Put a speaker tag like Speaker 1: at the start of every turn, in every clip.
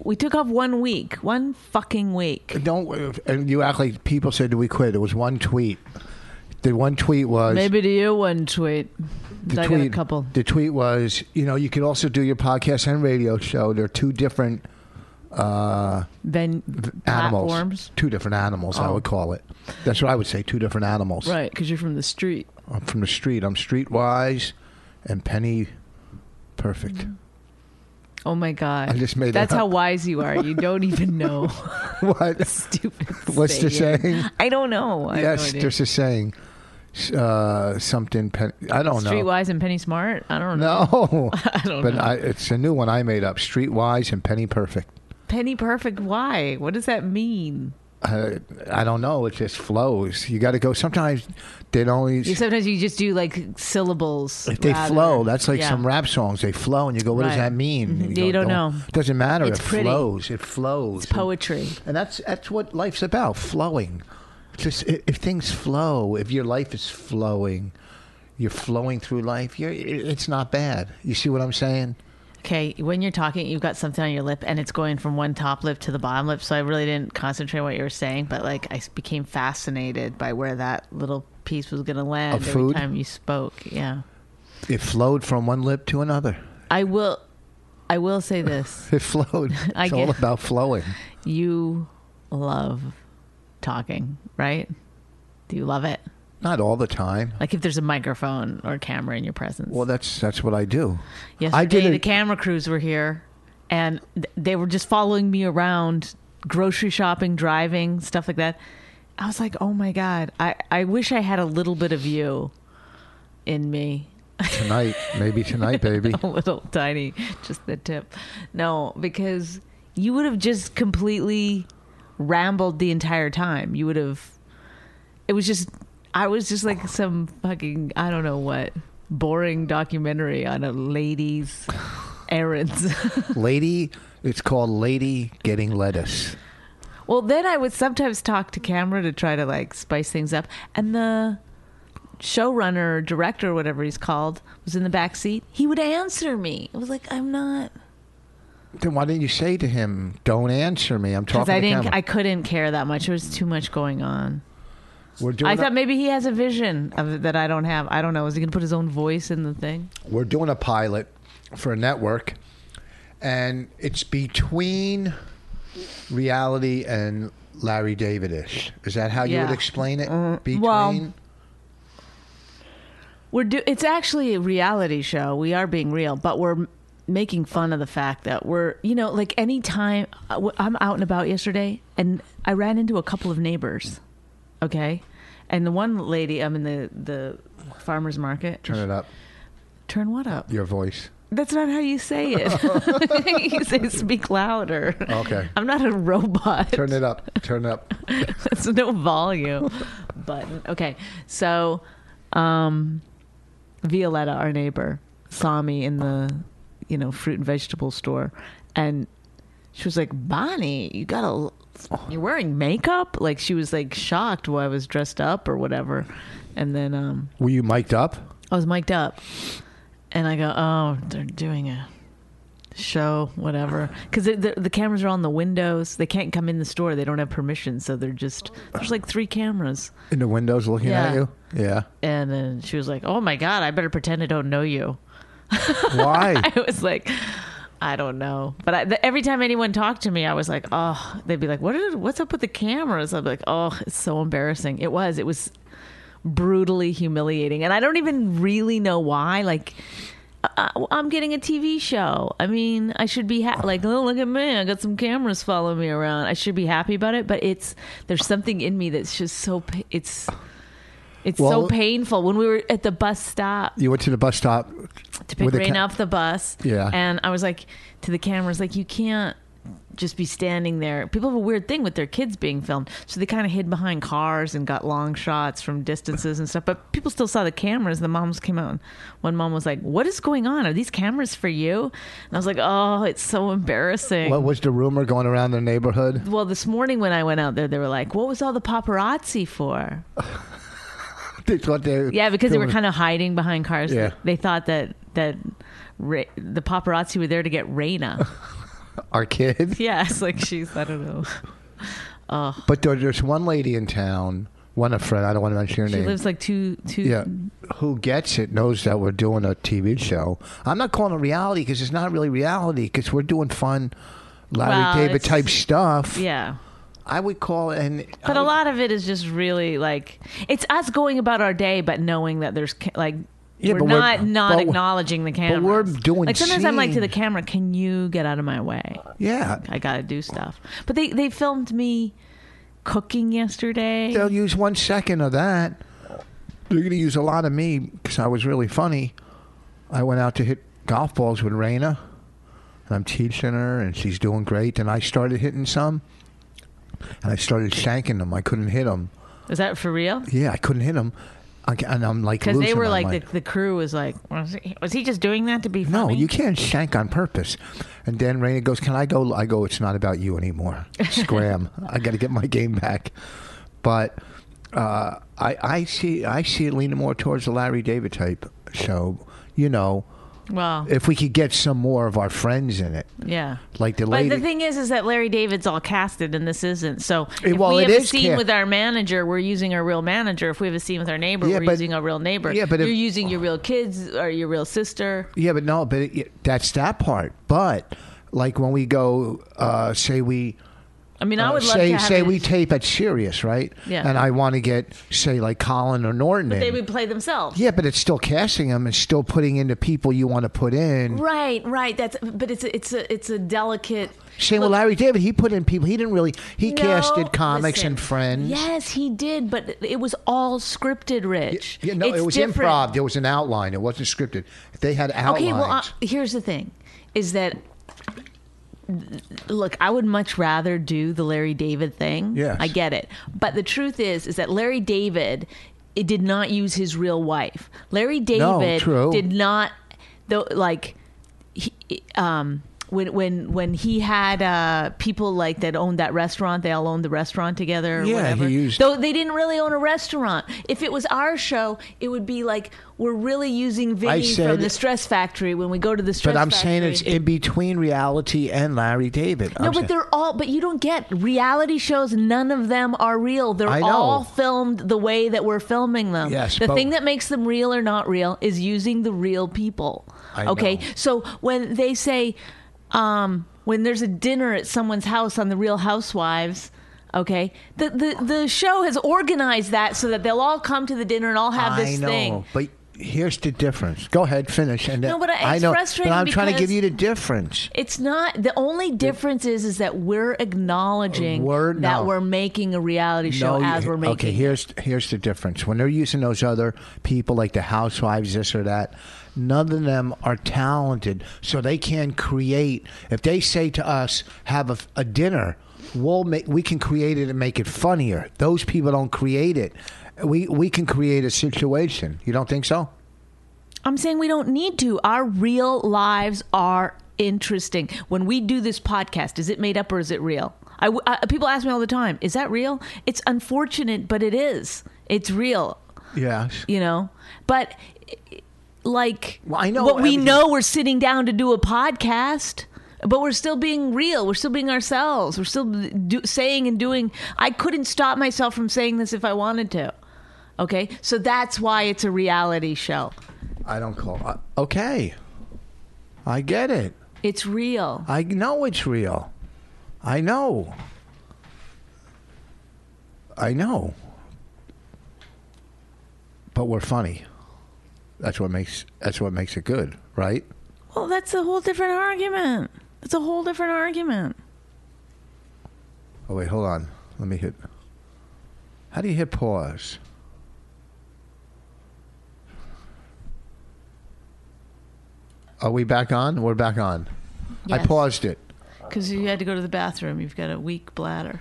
Speaker 1: we took off one week, one fucking week.
Speaker 2: Don't and you act like people said did we quit. It was one tweet. The one tweet was
Speaker 1: Maybe to you one tweet.
Speaker 2: the
Speaker 1: I
Speaker 2: tweet,
Speaker 1: got a couple.
Speaker 2: The tweet was, you know, you could also do your podcast and radio show. They're two different uh,
Speaker 1: Then
Speaker 2: animals.
Speaker 1: platforms,
Speaker 2: Two different animals, I would call it. That's what I would say. Two different animals.
Speaker 1: Oh. right? Because you're from the street.
Speaker 2: I'm from the street. I'm streetwise, and Penny, perfect.
Speaker 1: Oh my god!
Speaker 2: I just made that
Speaker 1: Mm-hmm. That's how
Speaker 2: up.
Speaker 1: wise you are. You don't even know.
Speaker 2: What?
Speaker 1: Stupid.
Speaker 2: What's the
Speaker 1: saying.
Speaker 2: saying?
Speaker 1: I don't know. I have no
Speaker 2: yes,
Speaker 1: idea.
Speaker 2: there's a saying. S- Uh, something. Pen- I don't know.
Speaker 1: Streetwise and Penny Smart. I don't know.
Speaker 2: No,
Speaker 1: I don't
Speaker 2: but
Speaker 1: know.
Speaker 2: I, it's a new one I made up. Streetwise and Penny Perfect.
Speaker 1: Penny Perfect. Why? What does that mean?
Speaker 2: I, Uh, I don't know. It just flows. You got to go. Sometimes they don't. always-
Speaker 1: You, sometimes you just do like syllables.
Speaker 2: If they
Speaker 1: rather-
Speaker 2: flow, that's like
Speaker 1: Yeah.
Speaker 2: some rap songs. They flow, and you go, "What does
Speaker 1: Right.
Speaker 2: that mean?"
Speaker 1: Mhm. You don't know.
Speaker 2: Doesn't matter.
Speaker 1: It's
Speaker 2: it
Speaker 1: pretty.
Speaker 2: flows. It flows.
Speaker 1: It's poetry.
Speaker 2: and that's that's what life's about. Flowing. It's Just i- if things flow, if your life is flowing, you're flowing through life. You're, i- it's not bad. You see what I'm saying?
Speaker 1: Okay, when you're talking, you've got something on your lip, and it's going from one top lip to the bottom lip. So I really didn't concentrate on what you were saying, but like I s- became fascinated by where that little piece was going to land
Speaker 2: Of
Speaker 1: every
Speaker 2: food?
Speaker 1: time you spoke. Yeah,
Speaker 2: It flowed from one lip to another.
Speaker 1: I will. I will say this:
Speaker 2: It flowed.
Speaker 1: I
Speaker 2: it's all
Speaker 1: get-
Speaker 2: about flowing.
Speaker 1: you love talking, right? Do you love it?
Speaker 2: Not all the time.
Speaker 1: Like if there's a microphone or camera in your presence.
Speaker 2: Well, that's that's what I do.
Speaker 1: Yesterday,
Speaker 2: I did
Speaker 1: the
Speaker 2: it-
Speaker 1: camera crews were here, and th- they were just following me around, grocery shopping, driving, stuff like that. I was like, "Oh my god, I I wish I had a little bit of you in me,
Speaker 2: Tonight, maybe tonight, baby.
Speaker 1: a little tiny, just the tip." No, because you would have just completely rambled the entire time. You would have. It was just. I was just like some fucking I don't know what boring documentary on a lady's errands.
Speaker 2: Lady, it's called Lady Getting Lettuce.
Speaker 1: Well, then I would sometimes talk to camera to try to like spice things up, and the showrunner, or director, or whatever he's called, was in the back seat. He would answer me. It was like I'm not
Speaker 2: Then why didn't you say to him, "Don't answer me"? I'm
Speaker 1: because
Speaker 2: talking
Speaker 1: I
Speaker 2: to
Speaker 1: didn't.
Speaker 2: camera.
Speaker 1: I couldn't care that much. There was too much going on.
Speaker 2: we're
Speaker 1: I
Speaker 2: doing.
Speaker 1: thought
Speaker 2: A,
Speaker 1: maybe he has a vision of it that I don't have. I don't know. Is he gonna put his own voice in the thing?
Speaker 2: we're doing a pilot for a network, and it's between reality and Larry Davidish. Is that how you
Speaker 1: Yeah. Uh,
Speaker 2: would explain it? between.
Speaker 1: well- We're do. It's actually a reality show. We are being real, but we're m- making fun of the fact that we're, you know, like any time I w- I'm out and about yesterday, and I ran into a couple of neighbors. Okay, and the one lady, I'm in the the farmers market.
Speaker 2: Turn it up.
Speaker 1: Turn what up?
Speaker 2: Your voice.
Speaker 1: That's not how you say it. you say speak louder.
Speaker 2: Okay.
Speaker 1: I'm not a robot.
Speaker 2: Turn it up. Turn it up.
Speaker 1: There's no volume button. Okay. So, um, Violetta, our neighbor, saw me in the, you know, fruit and vegetable store, and she was like, "Bonnie, you got a, you're wearing makeup." Like she was like shocked why I was dressed up or whatever, and then um,
Speaker 2: Were you mic'd up?
Speaker 1: I was mic'd up, and I go, "Oh, they're doing a show, whatever." Because the, the cameras are on the windows; they can't come in the store. They don't have permission, so they're just there's like three cameras.
Speaker 2: In the windows looking at
Speaker 1: Yeah.
Speaker 2: you? Yeah.
Speaker 1: And then she was like, "Oh my god, I better pretend I don't know you."
Speaker 2: Why?
Speaker 1: I was like, "I don't know," but I, the, every time anyone talked to me, I was like, "Oh," they'd be like, "What? Are, what's up with the cameras?" I'd be like, "Oh, it's so embarrassing." It was. It was brutally humiliating, and I don't even really know why. Like. I- I'm getting a TV show. I mean, I should be ha- like, oh, look at me. I got some cameras following me around. I should be happy about it, but it's there's something in me that's just so pa- it's it's
Speaker 2: Well-
Speaker 1: so painful. When we were at the bus stop
Speaker 2: you went to the bus stop.
Speaker 1: to pick
Speaker 2: with the
Speaker 1: Rain
Speaker 2: ca-
Speaker 1: off the bus,
Speaker 2: Yeah.
Speaker 1: and I was like to the cameras, like you can't just be standing there. People have a weird thing with their kids being filmed, so they kind of hid behind cars and got long shots from distances and stuff. But people still saw the cameras. The moms came out. and One mom was like, "What is going on? Are these cameras for you?" And I was like, "Oh, it's so embarrassing."
Speaker 2: What was the rumor going around the neighborhood?
Speaker 1: well, this morning when I went out there, they were like, "What was all the paparazzi for?"
Speaker 2: Uh, They thought they
Speaker 1: Yeah, because they were kind of hiding behind cars.
Speaker 2: Yeah.
Speaker 1: They thought that that Ra- the paparazzi were there to get Raina.
Speaker 2: of our kid.
Speaker 1: yeah, it's like she's I don't know.
Speaker 2: But there, there's one lady in town, one a friend. I don't want to mention her
Speaker 1: She
Speaker 2: name.
Speaker 1: lives like two two.
Speaker 2: yeah, who gets it knows that we're doing a TV show. I'm not calling it reality because it's not really reality because we're doing fun, Larry
Speaker 1: Well,
Speaker 2: David
Speaker 1: it's-
Speaker 2: type stuff.
Speaker 1: yeah.
Speaker 2: I would call it, and
Speaker 1: But a lot of it is just really like it's us going about our day, but knowing that there's ca- like.
Speaker 2: Yeah,
Speaker 1: we're
Speaker 2: but we're-
Speaker 1: not not
Speaker 2: but-
Speaker 1: acknowledging the camera.
Speaker 2: we're doing
Speaker 1: like sometimes I'm like to the
Speaker 2: scenes.
Speaker 1: camera, can you get out of my way?
Speaker 2: yeah,
Speaker 1: I gotta do stuff. But they they filmed me cooking yesterday.
Speaker 2: they'll use one second of that. They're going to use a lot of me because I was really funny. I went out to hit golf balls with Raina, and I'm teaching her, and she's doing great. And I started hitting some, and I started shanking them. I couldn't hit them.
Speaker 1: Is that for real?
Speaker 2: Yeah, I couldn't hit them. I, ca- and I'm like,
Speaker 1: Because they
Speaker 2: losing
Speaker 1: were
Speaker 2: my
Speaker 1: like
Speaker 2: mind.
Speaker 1: the, the crew was like, was he, was he just doing that to be
Speaker 2: No,
Speaker 1: funny?
Speaker 2: you can't shank on purpose. And then Raina goes, Can I go? I go, It's not about you anymore. Scram. I got to get my game back. But uh, I, I see I see it leaning more towards the Larry David type show. You know,
Speaker 1: Well,
Speaker 2: if we could get some more of our friends in it,
Speaker 1: yeah.
Speaker 2: like the
Speaker 1: But
Speaker 2: lady.
Speaker 1: the thing is, is that Larry David's all casted and this isn't. So if
Speaker 2: Eh, well,
Speaker 1: we
Speaker 2: it
Speaker 1: have a
Speaker 2: is
Speaker 1: scene
Speaker 2: ca-
Speaker 1: with our manager, we're using our real manager. If we have a scene with our neighbor,
Speaker 2: Yeah,
Speaker 1: we're
Speaker 2: but-
Speaker 1: using our real neighbor.
Speaker 2: yeah, but if-
Speaker 1: you're using your real kids or your real sister.
Speaker 2: Yeah, but no, but it, that's that part. But like when we go, uh, say we.
Speaker 1: I mean, I
Speaker 2: Uh,
Speaker 1: would love
Speaker 2: say
Speaker 1: to have
Speaker 2: say
Speaker 1: it-
Speaker 2: we tape at Sirius, right?
Speaker 1: Yeah.
Speaker 2: And I want to get say like Colin or Norton. in.
Speaker 1: they would play themselves.
Speaker 2: yeah, but it's still casting them and still putting in the people you want to put in.
Speaker 1: Right, right. That's but it's a, it's a it's a delicate.
Speaker 2: Same with Larry David. He put in people. He didn't really. He
Speaker 1: No,
Speaker 2: casted comics
Speaker 1: listen.
Speaker 2: and friends.
Speaker 1: Yes, he did, but it was all scripted, Rich.
Speaker 2: Yeah, no,
Speaker 1: It's
Speaker 2: it was
Speaker 1: different.
Speaker 2: improv. There was an outline. It wasn't scripted. They had outlines.
Speaker 1: Okay, well, uh, here's the thing: is that look, I would much rather do the Larry David thing.
Speaker 2: Yes.
Speaker 1: I get it, but the truth is, is that Larry David it did not use his real wife. Larry David
Speaker 2: true.
Speaker 1: did not though like he, um when when when he had uh, people like that owned that restaurant, they all owned the restaurant together. Or
Speaker 2: Yeah, he
Speaker 1: whatever.
Speaker 2: used-
Speaker 1: Though they didn't really own a restaurant. If it was our show, it would be like we're really using Vinny
Speaker 2: said-
Speaker 1: from the Stress Factory when we go to the Stress
Speaker 2: but I'm
Speaker 1: Factory.
Speaker 2: saying it's in between reality and Larry David.
Speaker 1: No,
Speaker 2: I'm
Speaker 1: but
Speaker 2: saying-
Speaker 1: they're all. But you don't get reality shows. None of them are real. They're
Speaker 2: I know.
Speaker 1: all filmed the way that we're filming them.
Speaker 2: Yes,
Speaker 1: the
Speaker 2: but-
Speaker 1: thing that makes them real or not real is using the real people.
Speaker 2: I
Speaker 1: okay,
Speaker 2: know.
Speaker 1: so when they say, um, when there's a dinner at someone's house on the Real Housewives. Okay, the, the the show has organized that so that they'll all come to the dinner and all have
Speaker 2: I
Speaker 1: this
Speaker 2: know,
Speaker 1: thing.
Speaker 2: but here's the difference. Go ahead, finish. And
Speaker 1: No, but it's
Speaker 2: I know,
Speaker 1: frustrating
Speaker 2: But I'm trying to give
Speaker 1: because-
Speaker 2: you the difference.
Speaker 1: It's not the only difference is is that we're acknowledging
Speaker 2: We're-
Speaker 1: that
Speaker 2: no.
Speaker 1: we're making a reality show
Speaker 2: you-
Speaker 1: as we're making.
Speaker 2: Okay,
Speaker 1: it.
Speaker 2: here's here's the difference. When they're using those other people like the housewives, this or that, none of them are talented, so they can create. If they say to us, "Have a, a dinner," we'll make we can create it and make it funnier. Those people don't create it. We we can create a situation. You don't think so?
Speaker 1: I'm saying we don't need to. Our real lives are interesting. When we do this podcast, is it made up or is it real? I, w- I- people ask me all the time, is that real? It's unfortunate, but it is. It's real,
Speaker 2: Yes.
Speaker 1: you know? But like,
Speaker 2: Well, I know
Speaker 1: what we
Speaker 2: everything-
Speaker 1: know, we're sitting down to do a podcast. But we're still being real. We're still being ourselves. We're still do, saying and doing. I couldn't stop myself from saying this if I wanted to. Okay? So that's why it's a reality show.
Speaker 2: I don't call. Uh, okay. I get it.
Speaker 1: It's real.
Speaker 2: I know it's real. I know. I know. But we're funny. That's what makes that's what makes it good, right?
Speaker 1: Well, that's a whole different argument. It's a whole different argument.
Speaker 2: Oh wait, hold on. Let me hit. How do you hit pause? Are we back on? We're back on. I
Speaker 1: Yes.
Speaker 2: paused it
Speaker 1: Because you had to go to the bathroom. You've got a weak bladder.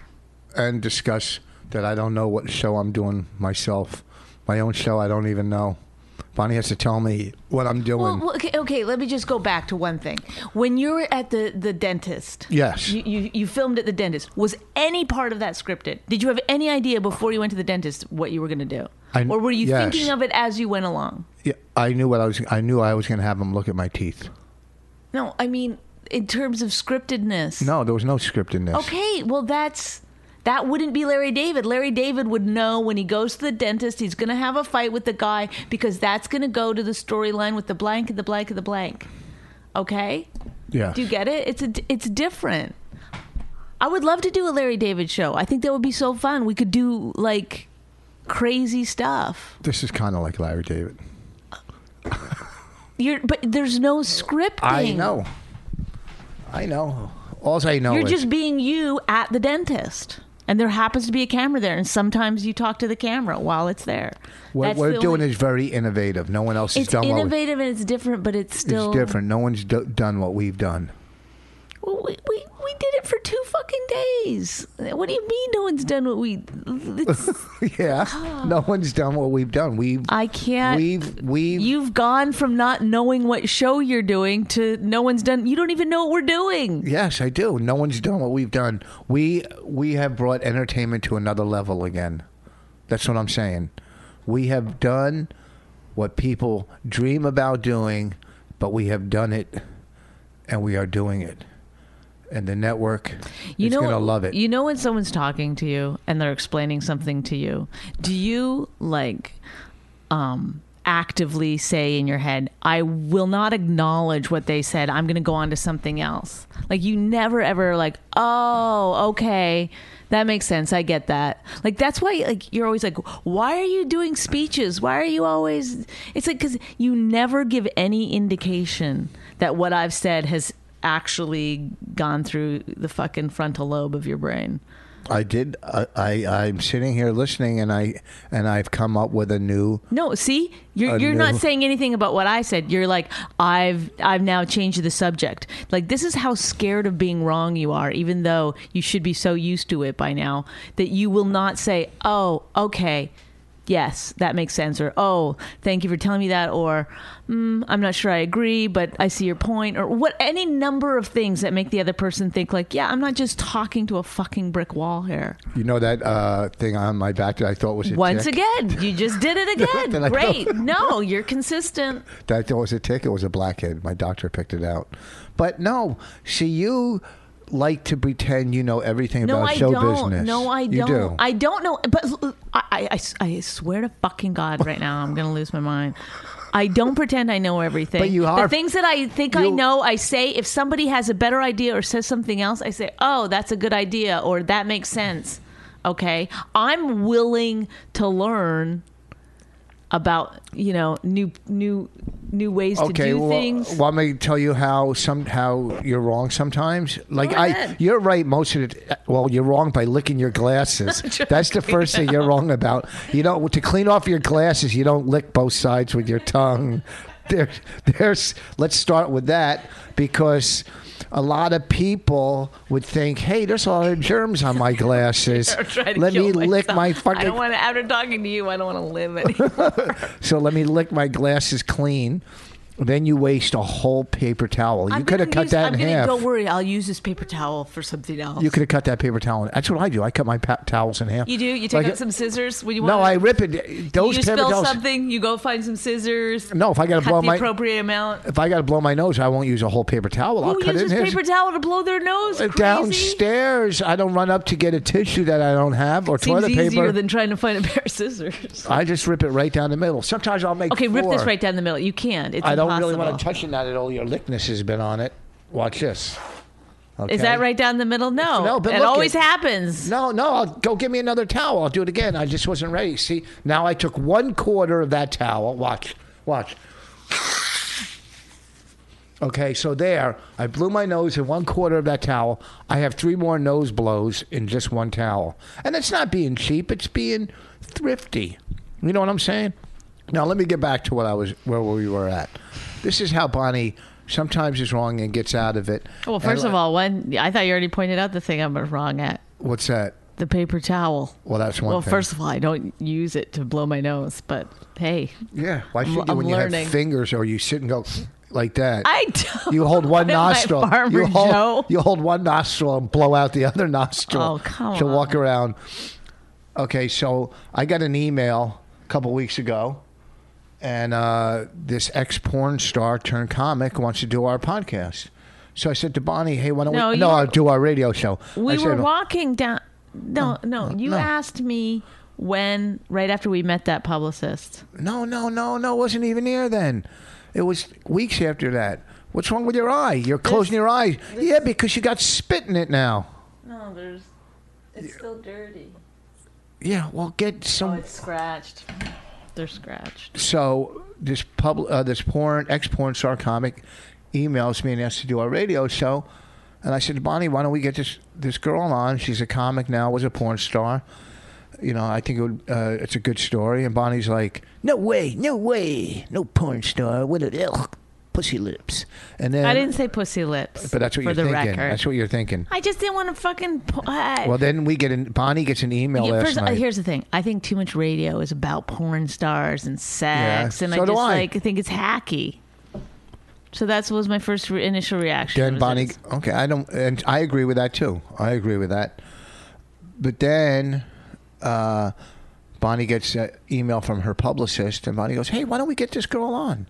Speaker 2: and discuss that I don't know what show I'm doing myself. My own show, I don't even know. Bonnie has to tell me what I'm
Speaker 1: Well,
Speaker 2: doing.
Speaker 1: well, okay, okay, let me just go back to one thing. When you were at the, the dentist,
Speaker 2: Yes.
Speaker 1: you, you, you filmed at the dentist. Was any part of that scripted? Did you have any idea before you went to the dentist what you were going to do?
Speaker 2: I-
Speaker 1: or were you
Speaker 2: yes.
Speaker 1: thinking of it as you went along?
Speaker 2: Yeah, I knew what I was. I knew I was going to have him look at my teeth.
Speaker 1: No, I mean, in terms of scriptedness.
Speaker 2: No, there was no script in this.
Speaker 1: Okay, well that's that wouldn't be Larry David. Larry David would know when he goes to the dentist, he's going to have a fight with the guy because that's going to go to the storyline with the blank and the blank and the blank. Okay?
Speaker 2: Yeah.
Speaker 1: Do you get it? It's a, it's different. I would love to do a Larry David show. I think that would be so fun. We could do like crazy stuff.
Speaker 2: this is kind of like Larry David.
Speaker 1: You're but there's no scripting.
Speaker 2: I know. I know. All I know
Speaker 1: You're
Speaker 2: is
Speaker 1: just being you at the dentist. And there happens to be a camera there, and sometimes you talk to the camera while it's there.
Speaker 2: what
Speaker 1: That's
Speaker 2: we're
Speaker 1: the
Speaker 2: doing
Speaker 1: only-
Speaker 2: is very innovative. No one else has
Speaker 1: it's
Speaker 2: done what we-
Speaker 1: innovative and it's different, but it's still
Speaker 2: It's different. No one's do- done what we've done.
Speaker 1: Well, we, we we did it for two fucking days. What do you mean no one's done what we? It's,
Speaker 2: yeah. No one's done what we've done. We've.
Speaker 1: Ah. I can't.
Speaker 2: We've. We've.
Speaker 1: You've gone from not knowing what show you're doing to no one's done. You don't even know what we're doing.
Speaker 2: Yes, I do. No one's done what we've done. We we have brought entertainment to another level again. That's what I'm saying. We have done what people dream about doing, but we have done it and we are doing it. And the network
Speaker 1: You
Speaker 2: is
Speaker 1: know,
Speaker 2: going to love it.
Speaker 1: You know when someone's talking to you and they're explaining something to you, do you like um actively say in your head, I will not acknowledge what they said. I'm going to go on to something else. Like you never ever like, "Oh, okay. That makes sense. I get that." Like that's why like you're always like, "Why are you doing speeches? Why are you always It's like cuz you never give any indication that what I've said has actually gone through the fucking frontal lobe of your brain.
Speaker 2: I did I, I I'm sitting here listening and I and I've come up with a new
Speaker 1: No, see, you're
Speaker 2: Uh,
Speaker 1: you're
Speaker 2: no.
Speaker 1: not saying anything about what I said. You're like, I've I've now changed the subject. Like this is how scared of being wrong you are, even though you should be so used to it by now that you will not say, "Oh, okay." Yes, that makes sense. Or, oh, thank you for telling me that. Or, mm, I'm not sure I agree, but I see your point. Or, what any number of things that make the other person think, like, yeah, I'm not just talking to a fucking brick wall here.
Speaker 2: you know that uh, thing on my back that I thought was a
Speaker 1: Once
Speaker 2: tick?
Speaker 1: again, you just did it
Speaker 2: Did
Speaker 1: again.
Speaker 2: I go-
Speaker 1: Great. No, you're consistent.
Speaker 2: that I thought was a tick. It was a blackhead. My doctor picked it out. But no, see, you like to pretend you know everything
Speaker 1: No,
Speaker 2: about
Speaker 1: I
Speaker 2: show
Speaker 1: don't.
Speaker 2: business.
Speaker 1: No, I
Speaker 2: You
Speaker 1: don't.
Speaker 2: do.
Speaker 1: I don't know. But l- I, I- I- I swear to fucking God, right now, I'm going to lose my mind. I don't pretend I know everything.
Speaker 2: But you are-
Speaker 1: The things that I think I
Speaker 2: you-
Speaker 1: know, I say. If somebody has a better idea or says something else, I say, oh, that's a good idea or that makes sense. Okay. I'm willing to learn about you know new new new ways to
Speaker 2: Okay,
Speaker 1: do
Speaker 2: well,
Speaker 1: things.
Speaker 2: let me tell you how some how you're wrong sometimes. Like
Speaker 1: Go
Speaker 2: I,
Speaker 1: ahead.
Speaker 2: you're right most of the. Well, you're wrong by licking your glasses. That's the first thing you're wrong about. You don't to clean off your glasses. You don't lick both sides with your tongue. There, there's. Let's start with that because a lot of people would think, "Hey, there's a lot of germs on my glasses.
Speaker 1: I'm trying to
Speaker 2: Let
Speaker 1: kill
Speaker 2: me lick
Speaker 1: myself.
Speaker 2: my
Speaker 1: I
Speaker 2: fucking
Speaker 1: don't want to. After talking to you, I don't want to live anymore.
Speaker 2: so let me lick my glasses clean. Then you waste a whole paper towel. You
Speaker 1: I'm
Speaker 2: could have
Speaker 1: gonna
Speaker 2: cut
Speaker 1: use-
Speaker 2: that
Speaker 1: I'm
Speaker 2: in
Speaker 1: gonna-
Speaker 2: half.
Speaker 1: Don't worry, I'll use this paper towel for something else.
Speaker 2: you could have cut that paper towel. in- That's what I do. I cut my pa- towels in half.
Speaker 1: You do. You take
Speaker 2: Like,
Speaker 1: out some scissors. When you
Speaker 2: No, I
Speaker 1: want
Speaker 2: rip it. Those
Speaker 1: you
Speaker 2: paper
Speaker 1: spill
Speaker 2: towels.
Speaker 1: something. You go find some scissors.
Speaker 2: No, if I gotta
Speaker 1: cut
Speaker 2: blow
Speaker 1: the
Speaker 2: my-
Speaker 1: appropriate amount.
Speaker 2: If I got to blow my nose, I won't use a whole paper towel. I'll
Speaker 1: Who
Speaker 2: cut
Speaker 1: uses
Speaker 2: it in half.
Speaker 1: paper towel to blow their nose? Crazy.
Speaker 2: Downstairs, I don't run up to get a tissue that I don't have or
Speaker 1: Seems
Speaker 2: toilet
Speaker 1: easier
Speaker 2: paper.
Speaker 1: than trying to find a pair of scissors.
Speaker 2: I just rip it right down the middle. Sometimes I'll make
Speaker 1: Okay, rip this
Speaker 2: four.
Speaker 1: right down the middle. You can't. It's
Speaker 2: I don't
Speaker 1: impossible.
Speaker 2: really want to touch it now that all your lickness has been on it. Watch this. Okay.
Speaker 1: Is that right down the middle? No.
Speaker 2: No, but
Speaker 1: it
Speaker 2: look,
Speaker 1: always
Speaker 2: it-
Speaker 1: happens.
Speaker 2: No, no, I'll go give me another towel. I'll do it again. I just wasn't ready. See, now I took one quarter of that towel. Watch, watch. Okay, so there, I blew my nose in one quarter of that towel. I have three more nose blows in just one towel. And it's not being cheap, it's being thrifty. You know what I'm saying? Now let me get back to what I was where we were at. This is how Bonnie sometimes is wrong and gets out of it.
Speaker 1: Well,
Speaker 2: And
Speaker 1: first of
Speaker 2: let-
Speaker 1: all, one I thought you already pointed out the thing I'm wrong at
Speaker 2: what's that?
Speaker 1: the paper towel.
Speaker 2: Well, that's one
Speaker 1: Well,
Speaker 2: thing.
Speaker 1: first of all, I don't use it to blow my nose, but hey,
Speaker 2: Yeah. Why should you
Speaker 1: I'm
Speaker 2: when you
Speaker 1: learning.
Speaker 2: have fingers or you sit and go like that?
Speaker 1: I don't.
Speaker 2: you hold one
Speaker 1: Am I
Speaker 2: nostril.
Speaker 1: Farmer
Speaker 2: you hold
Speaker 1: Joe?
Speaker 2: you hold one nostril and blow out the other nostril.
Speaker 1: Oh, come
Speaker 2: to walk
Speaker 1: on.
Speaker 2: around. Okay, so I got an email a couple weeks ago, and uh, this ex porn star turned comic wants to do our podcast. So I said to Bonnie, "Hey, why don't
Speaker 1: No,
Speaker 2: we?
Speaker 1: you
Speaker 2: No,
Speaker 1: were-
Speaker 2: I'll do our radio show." I
Speaker 1: We
Speaker 2: said,
Speaker 1: were walking down. No, no, you
Speaker 2: no.
Speaker 1: asked me when right after we met that publicist.
Speaker 2: No, no, no, no. It wasn't even there then. It was weeks after that. What's wrong with your eye? You're closing your eye. Yeah, because you got spit in it now.
Speaker 1: No, there's. It's still dirty.
Speaker 2: Yeah, well, get some.
Speaker 1: Oh, it's scratched. They're scratched.
Speaker 2: so this pub, uh, this porn, ex porn star comic, emails me and asks to do a radio show, and I said, Bonnie, why don't we get this this girl on? She's a comic now, was a porn star. You know, I think it would, uh, it's a good story. And Bonnie's like, No way, no way, no porn star. What a ugh, pussy lips. And then
Speaker 1: I didn't say pussy lips.
Speaker 2: But that's what
Speaker 1: for
Speaker 2: you're
Speaker 1: the
Speaker 2: thinking.
Speaker 1: Record.
Speaker 2: That's what you're thinking.
Speaker 1: I just didn't want to fucking. Po- I-
Speaker 2: Well, then we get an Bonnie gets an email
Speaker 1: Yeah,
Speaker 2: last
Speaker 1: first, uh,
Speaker 2: night.
Speaker 1: here's the thing. I think too much radio is about porn stars and sex,
Speaker 2: Yeah,
Speaker 1: and
Speaker 2: so
Speaker 1: I
Speaker 2: do
Speaker 1: just
Speaker 2: I.
Speaker 1: like think it's hacky. So that was my first re- initial reaction.
Speaker 2: then
Speaker 1: was
Speaker 2: Bonnie,
Speaker 1: it's-
Speaker 2: okay, I don't, and I agree with that too. I agree with that. But then uh, Bonnie gets an email from her publicist, and Bonnie goes, "Hey, why don't we get this girl on?"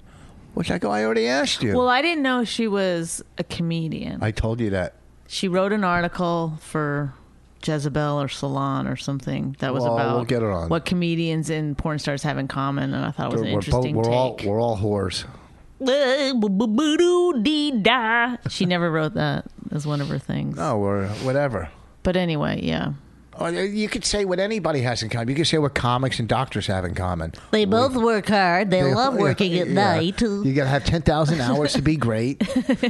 Speaker 2: Which I go, "I already asked you.
Speaker 1: Well, I didn't know she was a comedian.
Speaker 2: I told you that."
Speaker 1: she wrote an article for Jezebel or Salon or something that was
Speaker 2: Well,
Speaker 1: about
Speaker 2: we'll get her on.
Speaker 1: what comedians and porn stars have in common, and I thought it was an
Speaker 2: we're, both-
Speaker 1: interesting
Speaker 2: we're all
Speaker 1: take.
Speaker 2: we're all whores.
Speaker 1: Boo-boo-boo-doo-dee-da. She never wrote that as one of her things.
Speaker 2: No, Oh, we're whatever.
Speaker 1: But anyway, yeah.
Speaker 2: Or You could say what anybody has in common. You could say what comics and doctors have in common.
Speaker 3: They both work hard. They, love working at
Speaker 2: Yeah.
Speaker 3: night.
Speaker 2: You got to have ten thousand hours to be great.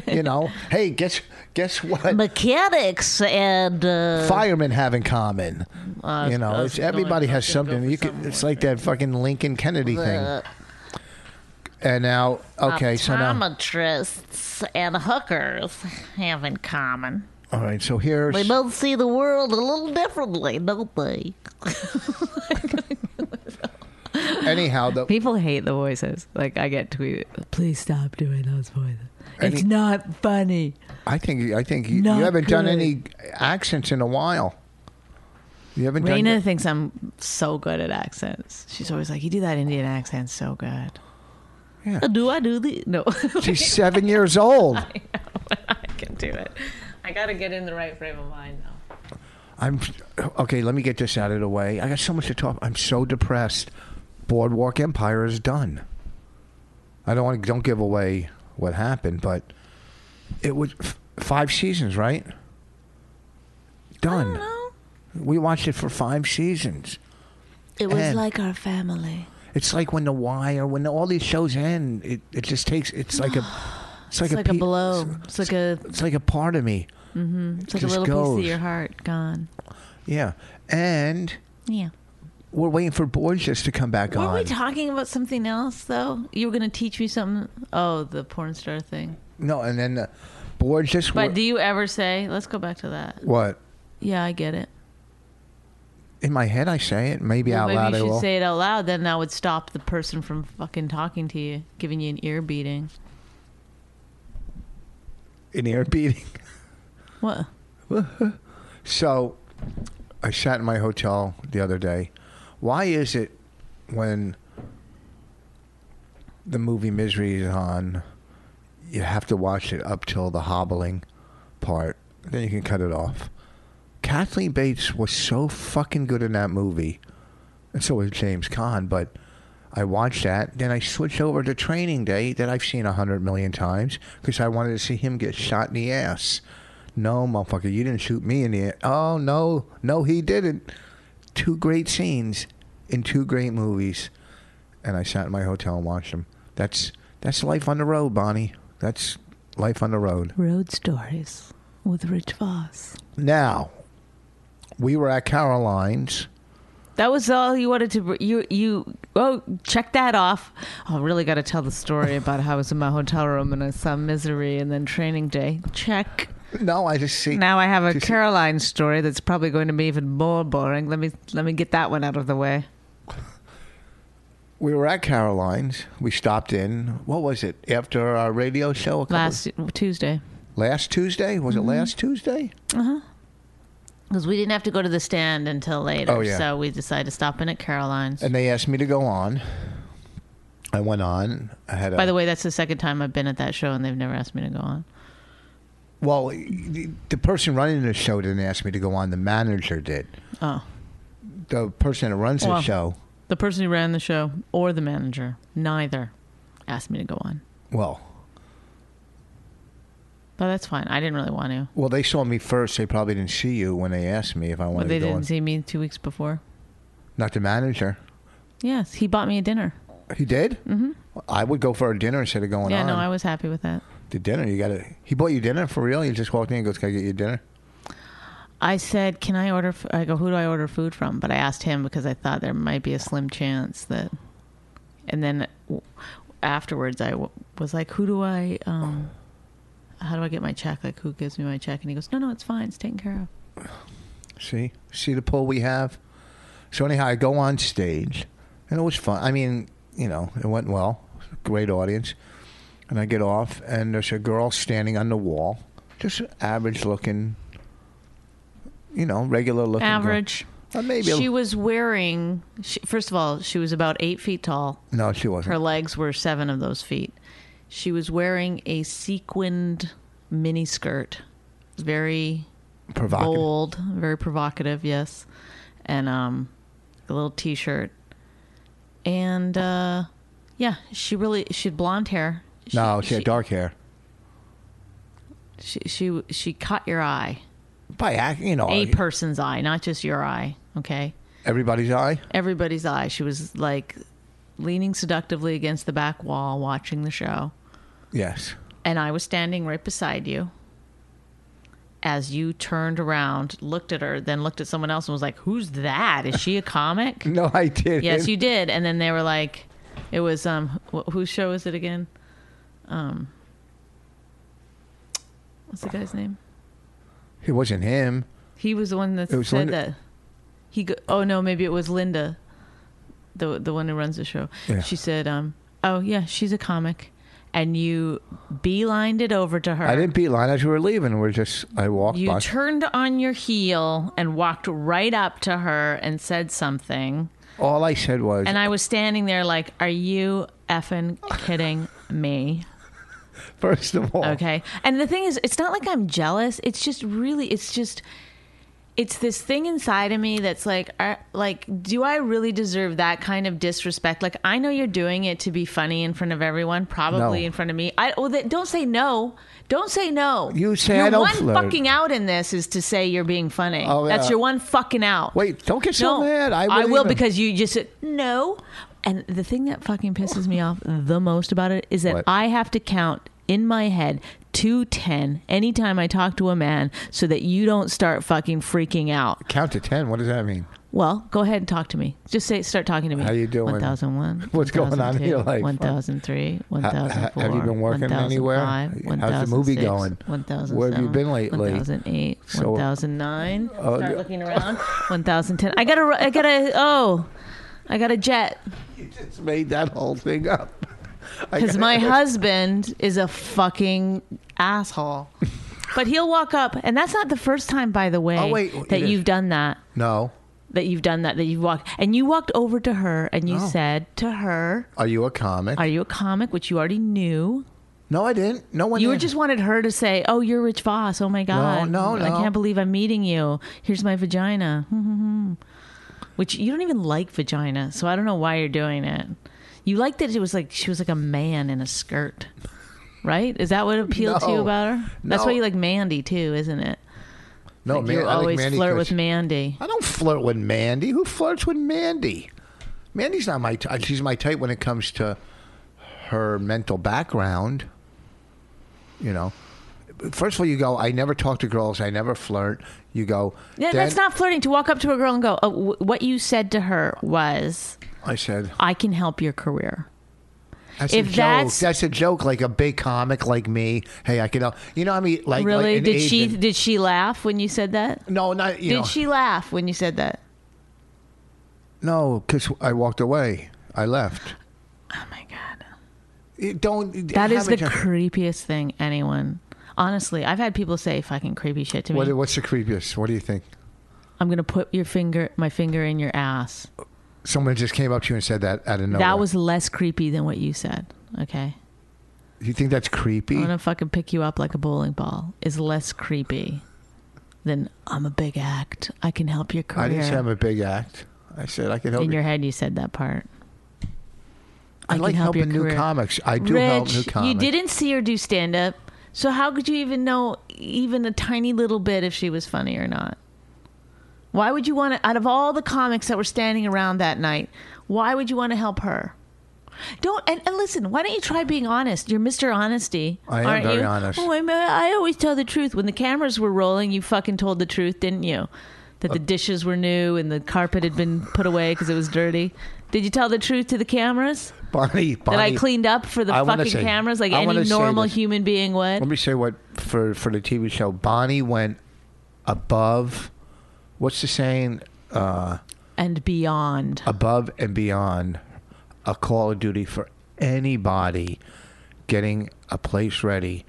Speaker 2: you know, hey, guess guess what?
Speaker 3: Mechanics and uh,
Speaker 2: Firemen have in common.
Speaker 1: Uh,
Speaker 2: you know,
Speaker 1: I
Speaker 2: it's,
Speaker 1: was
Speaker 2: everybody
Speaker 1: going- I
Speaker 2: has
Speaker 1: was gonna go
Speaker 2: something.
Speaker 1: for
Speaker 2: You could,
Speaker 1: something
Speaker 2: it's like that fucking Lincoln Kennedy thing.
Speaker 3: uh,
Speaker 2: And now, okay, so now,
Speaker 3: optometrists and hookers have in common.
Speaker 2: all right, so here's
Speaker 3: They both see the world a little differently, don't they?
Speaker 2: anyhow the
Speaker 1: People hate the voices. Like I get tweeted, please stop doing those voices.
Speaker 2: Any-
Speaker 1: it's not funny.
Speaker 2: I think I think you, you
Speaker 1: Not
Speaker 2: haven't done
Speaker 1: good.
Speaker 2: any accents in a while. You haven't done.
Speaker 1: Raina thinks I'm so good at accents. She's always like, "You do that Indian accent so good."
Speaker 2: Yeah.
Speaker 3: Uh,
Speaker 1: Do I do the no?
Speaker 2: She's seven years old.
Speaker 1: I can do it. I gotta get in the right frame of mind though.
Speaker 2: I'm okay. Let me get this out of the way. I got so much to talk. I'm so depressed. Boardwalk Empire is done. I don't want to don't give away what happened, but it was f- five seasons, right? Done. We watched it for five seasons.
Speaker 3: It
Speaker 2: was And-
Speaker 3: like our family.
Speaker 2: It's like when the Wire, when all these shows end, it, it just takes. It's like a. It's like,
Speaker 1: It's like a
Speaker 2: pe-
Speaker 1: blow. It's like a
Speaker 2: It's like a part of me.
Speaker 1: it's like a
Speaker 2: just
Speaker 1: little piece
Speaker 2: goes.
Speaker 1: of your heart gone.
Speaker 2: Yeah, and
Speaker 1: Yeah.
Speaker 2: we're waiting for Borges to come back
Speaker 1: Were
Speaker 2: on.
Speaker 1: we talking about something else though? You were going to teach me something. Oh, the porn star thing.
Speaker 2: no, and then uh, Borges.
Speaker 1: But
Speaker 2: were-
Speaker 1: do you ever say, "Let's go back to that"?
Speaker 2: what?
Speaker 1: Yeah, I get it.
Speaker 2: In my head, I say it. Maybe
Speaker 1: Well,
Speaker 2: out
Speaker 1: maybe
Speaker 2: loud,
Speaker 1: you
Speaker 2: I
Speaker 1: should
Speaker 2: will.
Speaker 1: say it out loud. Then that would stop the person from fucking talking to you, giving you an ear beating.
Speaker 2: an ear beating.
Speaker 1: What?
Speaker 2: So I sat in my hotel the other day. Why is it when the movie Misery is on, you have to watch it up till the hobbling part, then you can cut it off? Kathleen Bates was so fucking good in that movie, and so was James Caan, but. I watched that, then I switched over to Training Day that I've seen a hundred million times because I wanted to see him get shot in the ass. No, motherfucker, you didn't shoot me in the ass. Oh no, no, he didn't. Two great scenes in two great movies, and I sat in my hotel and watched them. That's that's life on the road, Bonnie. That's life on the road.
Speaker 1: Road stories with Rich Voss.
Speaker 2: Now, we were at Caroline's.
Speaker 1: That was all you wanted to. br- You you oh check that off. Oh, I really got to tell the story about how I was in my hotel room and I saw Misery and then Training Day. Check.
Speaker 2: No, I just see.
Speaker 1: Now I have a
Speaker 2: Just-
Speaker 1: Caroline story that's probably going to be even more boring. Let me let me get that one out of the way.
Speaker 2: We were at Caroline's. We stopped in. What was it? After our radio show, a couple,
Speaker 1: Last Mm-hmm. Tuesday,
Speaker 2: last Tuesday. Was it last Tuesday?
Speaker 3: Because Uh-huh. we didn't have to go to the stand until later.
Speaker 2: Oh, yeah.
Speaker 3: So we decided to stop in at Caroline's.
Speaker 2: And they asked me to go on. I went on. I had. A,
Speaker 3: By the way, that's the second time I've been at that show and they've never asked me to go on.
Speaker 2: well, the, the person running the show didn't ask me to go on. The manager did.
Speaker 1: Oh.
Speaker 2: The person that runs the
Speaker 1: Well.
Speaker 2: show.
Speaker 1: the person who ran the show or the manager, neither, asked me to go on.
Speaker 2: Well,
Speaker 1: But that's fine. I didn't really want to.
Speaker 2: well, they saw me first. They probably didn't see you when they asked me if I
Speaker 1: But
Speaker 2: wanted
Speaker 1: they
Speaker 2: to go
Speaker 1: didn't
Speaker 2: on.
Speaker 1: see me two weeks before.
Speaker 2: Not the manager.
Speaker 1: Yes, he bought me a dinner.
Speaker 2: He did. Mm-hmm. I would go for a dinner instead of going
Speaker 1: yeah,
Speaker 2: on.
Speaker 1: no, I was happy with that.
Speaker 2: The dinner. You got to. He bought you dinner for real. He just walked in and goes, "Can I get you dinner?"
Speaker 1: I said, "Can I order?" F-? I go, "Who do I order food from?" But I asked him because I thought there might be a slim chance that. And then w- afterwards, I w- was like, "Who do I? um How do I get my check? Like, who gives me my check?" And he goes, "No, no, it's fine. It's taken care of."
Speaker 2: See, see the pull we have. So anyhow, I go on stage, and it was fun. I mean, you know, it went well. Great audience, and I get off, and there's a girl standing on the wall, just average looking, you know, regular looking. girl.
Speaker 1: Average.
Speaker 2: Uh, maybe a-
Speaker 1: She was wearing. She, first of all, she was about eight feet tall.
Speaker 2: no, she wasn't.
Speaker 1: Her legs were seven of those feet. She was wearing a sequined mini skirt, very
Speaker 2: Provocative.
Speaker 1: bold, very provocative. Yes, and um, a little t-shirt, and uh, yeah, she really she had blonde hair.
Speaker 2: no, she, had dark hair.
Speaker 1: She, she she caught your eye,
Speaker 2: By ac- you know,
Speaker 1: a person's eye, not just your eye. Okay,
Speaker 2: everybody's eye.
Speaker 1: everybody's eye. She was like leaning seductively against the back wall, watching the show.
Speaker 2: Yes.
Speaker 1: and I was standing right beside you as you turned around, looked at her, then looked at someone else and was like, Who's that? Is she a comic?
Speaker 2: No, I did.
Speaker 1: yes, you did. And then they were like, It was, um, wh- whose show is it again? Um, what's the guy's name?
Speaker 2: It wasn't him.
Speaker 1: He was the one that
Speaker 2: It was
Speaker 1: said
Speaker 2: Linda-
Speaker 1: that. He go, oh no, maybe it was Linda, the the one who runs the show.
Speaker 2: Yeah.
Speaker 1: She said, um, "Oh yeah, she's a comic," and you beelined it over to her.
Speaker 2: I didn't beat line as we were leaving. We're just. I walked
Speaker 1: You
Speaker 2: by.
Speaker 1: turned on your heel and walked right up to her and said something.
Speaker 2: All I said was,
Speaker 1: And I was standing there like, Are you effing kidding me?
Speaker 2: first of all,
Speaker 1: Okay. And the thing is, it's not like I'm jealous. It's just really, it's just, it's this thing inside of me that's like, are, like, do I really deserve that kind of disrespect? Like, I know you're doing it to be funny in front of everyone, probably
Speaker 2: No.
Speaker 1: in front of me. I well, then don't say no. Don't say no.
Speaker 2: You say,
Speaker 1: your
Speaker 2: "I don't
Speaker 1: one
Speaker 2: flirt."
Speaker 1: fucking out in this is to say you're being funny.
Speaker 2: Oh,
Speaker 1: That's
Speaker 2: yeah.
Speaker 1: your one fucking out.
Speaker 2: Wait, don't get so mad. I
Speaker 1: I
Speaker 2: wouldn't
Speaker 1: will
Speaker 2: even-
Speaker 1: because you just said no. And the thing that fucking pisses me off the most about it is that
Speaker 2: What?
Speaker 1: I have to count in my head to 10 anytime I talk to a man so that you don't start fucking freaking out.
Speaker 2: Count to ten. What does that mean?
Speaker 1: Well, go ahead and talk to me. Just say, start talking to me.
Speaker 2: How you doing?
Speaker 1: 1001.
Speaker 2: What's going on in your
Speaker 1: 1002,
Speaker 2: life?
Speaker 1: 1003,
Speaker 2: ha- have
Speaker 1: 1004.
Speaker 2: you been working
Speaker 1: 1005,
Speaker 2: anywhere? How's the movie
Speaker 1: 1006,
Speaker 2: going?
Speaker 1: 1007,
Speaker 2: Where have you been lately?
Speaker 1: 1008,
Speaker 2: So-
Speaker 1: 1009.
Speaker 2: Oh,
Speaker 1: Start
Speaker 2: yeah.
Speaker 1: looking around. 1010. I got to, I got to, oh, I got a jet.
Speaker 2: You just made that whole thing up.
Speaker 1: Because my husband is a fucking asshole. But he'll walk up, and that's not the first time, by the way,
Speaker 2: Oh, wait,
Speaker 1: that
Speaker 2: it is.
Speaker 1: you've done that.
Speaker 2: No.
Speaker 1: That you've done that. That you've walked, and you walked over to her, and you
Speaker 2: Oh.
Speaker 1: said to her,
Speaker 2: Are you a comic?
Speaker 1: "Are you a comic?" Which you already knew.
Speaker 2: no, I didn't. No one.
Speaker 1: You were
Speaker 2: did.
Speaker 1: just wanted her to say, "Oh, you're Rich Voss. Oh my god,
Speaker 2: no,
Speaker 1: I
Speaker 2: no.
Speaker 1: can't believe I'm meeting you. Here's my vagina." Which you don't even like vagina, so I don't know why you're doing it. You liked that it was like she was like a man in a skirt, right? Is that what appealed to you
Speaker 2: No.
Speaker 1: about her? That's why
Speaker 2: No.
Speaker 1: you like Mandy too, isn't it?
Speaker 2: no.
Speaker 1: Like
Speaker 2: Man-
Speaker 1: you
Speaker 2: I like
Speaker 1: always
Speaker 2: Mandy
Speaker 1: flirt
Speaker 2: 'cause
Speaker 1: with
Speaker 2: she-
Speaker 1: Mandy.
Speaker 2: I don't flirt with Mandy. Who flirts with Mandy? Mandy's not my type. She's my type when it comes to her mental background. You know, first of all, you go. I never talk to girls. I never flirt. You go.
Speaker 1: Yeah,
Speaker 2: then
Speaker 1: that's not flirting. To walk up to a girl and go, oh, w- "What you said to her was,
Speaker 2: I said.
Speaker 1: I can help your career."
Speaker 2: That's
Speaker 1: If
Speaker 2: a joke.
Speaker 1: that's-
Speaker 2: That's, a joke. Like a big comic like me. Hey, I can help. You know, I mean, like
Speaker 1: Really?
Speaker 2: like an
Speaker 1: did she
Speaker 2: Asian-
Speaker 1: did she laugh when you said that?
Speaker 2: no, not you
Speaker 1: Did
Speaker 2: know.
Speaker 1: she laugh when you said that?
Speaker 2: No, because I walked away. I left.
Speaker 1: Oh my god.
Speaker 2: It don't.
Speaker 1: That is the
Speaker 2: haven't-
Speaker 1: creepiest thing anyone. Honestly, I've had people say fucking creepy shit to me.
Speaker 2: What, what's the creepiest? What do you think?
Speaker 1: I'm going to put your finger my finger in your ass.
Speaker 2: Someone just came up to you and said that out of nowhere.
Speaker 1: That was less creepy than what you said. Okay.
Speaker 2: You think that's creepy?
Speaker 1: I'm going to fucking pick you up like a bowling ball is less creepy than I'm a big act. I can help your career.
Speaker 2: I didn't say I'm a big act. I said I can help.
Speaker 1: in
Speaker 2: you.
Speaker 1: your head you said that part.
Speaker 2: I,
Speaker 1: can
Speaker 2: like
Speaker 1: help your
Speaker 2: helping new
Speaker 1: career.
Speaker 2: comics. I do
Speaker 1: Rich,
Speaker 2: help new comics.
Speaker 1: You didn't see her do stand up, so how could you even know even a tiny little bit if she was funny or not? Why would you want to out of all the comics that were standing around that night, why would you want to help her? Don't and, and listen. Why don't you try being honest? You're Mr. Honesty,
Speaker 2: I am
Speaker 1: aren't
Speaker 2: very
Speaker 1: you?
Speaker 2: honest.
Speaker 1: Oh, I'm, uh, I always tell the truth. When the cameras were rolling, you fucking told the truth, didn't you? That the
Speaker 2: Uh,
Speaker 1: dishes were new and the carpet had been put away because it was dirty. Did you tell the truth to the cameras?
Speaker 2: Bonnie, Bonnie,
Speaker 1: that I cleaned up for the
Speaker 2: I wanna
Speaker 1: fucking
Speaker 2: say-
Speaker 1: cameras like
Speaker 2: I
Speaker 1: any
Speaker 2: wanna say
Speaker 1: normal
Speaker 2: this.
Speaker 1: human being would.
Speaker 2: Let me say what for for the TV show. Bonnie went above. What's the saying? Uh,
Speaker 1: and beyond.
Speaker 2: above and beyond a call of duty for anybody getting a place ready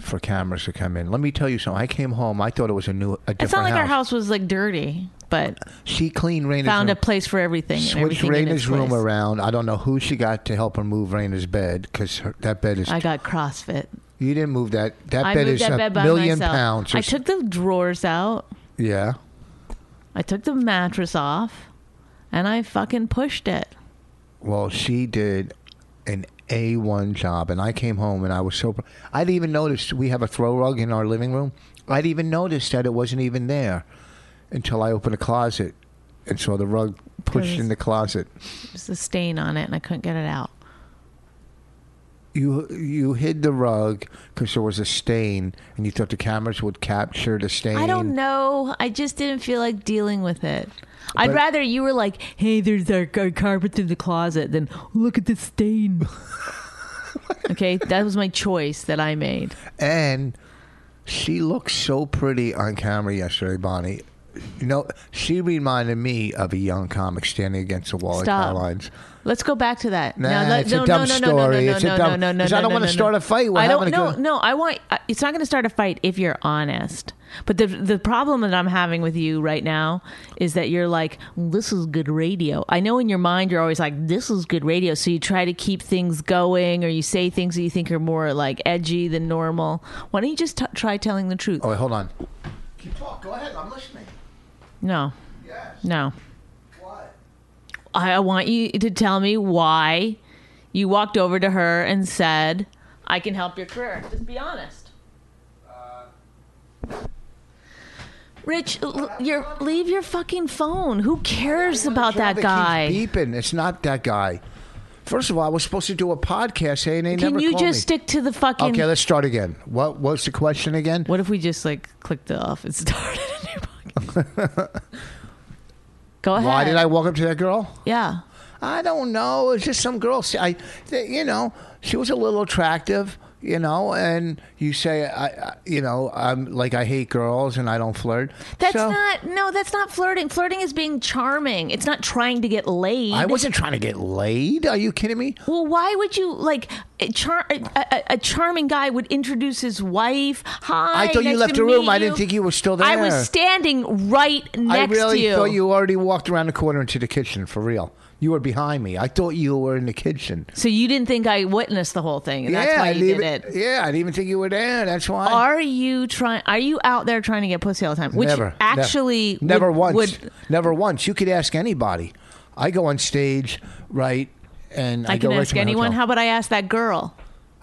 Speaker 2: for cameras to come in. Let me tell you something. I came home. I thought it was a new, a different
Speaker 1: It's not like our house was like dirty, but
Speaker 2: She cleaned Raina's
Speaker 1: found a
Speaker 2: room.
Speaker 1: place for everything. and
Speaker 2: Switched
Speaker 1: everything in
Speaker 2: Raina's
Speaker 1: its
Speaker 2: room
Speaker 1: place.
Speaker 2: around. I don't know who she got to help her move Raina's bed because that bed is.
Speaker 1: I got CrossFit.
Speaker 2: you didn't move that. That
Speaker 1: I
Speaker 2: bed
Speaker 1: moved
Speaker 2: is
Speaker 1: that
Speaker 2: a
Speaker 1: bed by
Speaker 2: million
Speaker 1: myself.
Speaker 2: pounds. or
Speaker 1: I
Speaker 2: s-
Speaker 1: took the drawers out.
Speaker 2: yeah.
Speaker 1: I took the mattress off, and I fucking pushed it.
Speaker 2: Well, she did an A1 job, and I came home and I was so. I didn't even notice we have a throw rug in our living room. I'd even noticed that it wasn't even there until I opened a closet and saw the rug pushed
Speaker 1: Cause-
Speaker 2: in the closet.
Speaker 1: There's a stain on it, and I couldn't get it out.
Speaker 2: You you hid the rug because there was a stain, and you thought the cameras would capture the stain.
Speaker 1: I don't know. I just didn't feel like dealing with it. I'd
Speaker 2: But-
Speaker 1: rather you were like, "Hey, there's our, our carpet in the closet," than "Look at the stain." okay, that was my choice that I made.
Speaker 2: And she looked so pretty on camera yesterday, Bonnie. You know, she reminded me of a young comic standing against the wall
Speaker 1: Stop.
Speaker 2: at Caroline's.
Speaker 1: Let's go back to that.
Speaker 2: Nah,
Speaker 1: let-
Speaker 2: it's a dumb story.
Speaker 1: No, no,
Speaker 2: It's a
Speaker 1: no,
Speaker 2: dumb-
Speaker 1: no, no, no,
Speaker 2: 'cause I
Speaker 1: no,
Speaker 2: don't
Speaker 1: no,
Speaker 2: wanna
Speaker 1: no.
Speaker 2: start a fight. We're
Speaker 1: I don't.
Speaker 2: having a
Speaker 1: No,
Speaker 2: good-
Speaker 1: no. I want. I- It's not going to start a fight if you're honest. But the the problem that I'm having with you right now is that you're like, this is good radio. I know in your mind you're always like, this is good radio. So you try to keep things going, or you say things that you think are more like edgy than normal. Why don't you just t- try telling the truth?
Speaker 2: Oh, wait, hold on. Keep talk. Go ahead. I'm listening.
Speaker 1: No,
Speaker 2: Yes.
Speaker 1: no.
Speaker 2: What?
Speaker 1: I I want you to tell me why you walked over to her and said, I
Speaker 2: Uh,
Speaker 1: can help your career. Just be honest. Rich, l- your leave your fucking phone. Who cares about that
Speaker 2: Traffic
Speaker 1: guy?
Speaker 2: keeps beeping. It's not that guy. First of all, I was supposed to do a podcast. Hey, and they
Speaker 1: Can
Speaker 2: never
Speaker 1: you
Speaker 2: called
Speaker 1: just
Speaker 2: me.
Speaker 1: stick to the fucking?
Speaker 2: Okay, let's start again. What What's the question again?
Speaker 1: What if we just like clicked it off and started a new podcast? Go ahead.
Speaker 2: Why did I walk up to that girl?
Speaker 1: Yeah.
Speaker 2: I don't know. It's just some girl. See, I, th- you know, she was a little attractive, you know, and you say, I, I you know, I'm like I hate girls and I don't flirt.
Speaker 1: That's
Speaker 2: So,
Speaker 1: not no. That's not flirting. Flirting is being charming. It's not trying to get laid.
Speaker 2: I wasn't trying to get laid. Are you kidding me?
Speaker 1: Well, why would you like a, char- a, a, a charming guy would introduce his wife? Hi,
Speaker 2: I thought you
Speaker 1: nice
Speaker 2: left
Speaker 1: to
Speaker 2: the room.
Speaker 1: meet
Speaker 2: I didn't think you were still
Speaker 1: I
Speaker 2: there.
Speaker 1: was standing right next
Speaker 2: I really
Speaker 1: to you.
Speaker 2: thought you already walked around the corner into the kitchen for real. You were behind me. I thought you were in the kitchen.
Speaker 1: So you didn't think I witnessed the whole thing, and
Speaker 2: yeah,
Speaker 1: that's why
Speaker 2: I
Speaker 1: you
Speaker 2: didn't
Speaker 1: did
Speaker 2: even-
Speaker 1: it.
Speaker 2: Yeah, I didn't even think you were there. That's why.
Speaker 1: Are you trying? Are you out there trying to get pussy all the time? Which
Speaker 2: never
Speaker 1: actually
Speaker 2: never, never
Speaker 1: would-
Speaker 2: once
Speaker 1: would-
Speaker 2: never once you could ask anybody i go on stage right and i,
Speaker 1: I,
Speaker 2: go
Speaker 1: can
Speaker 2: right
Speaker 1: ask
Speaker 2: to my
Speaker 1: anyone. How
Speaker 2: hotel.
Speaker 1: about I ask that girl?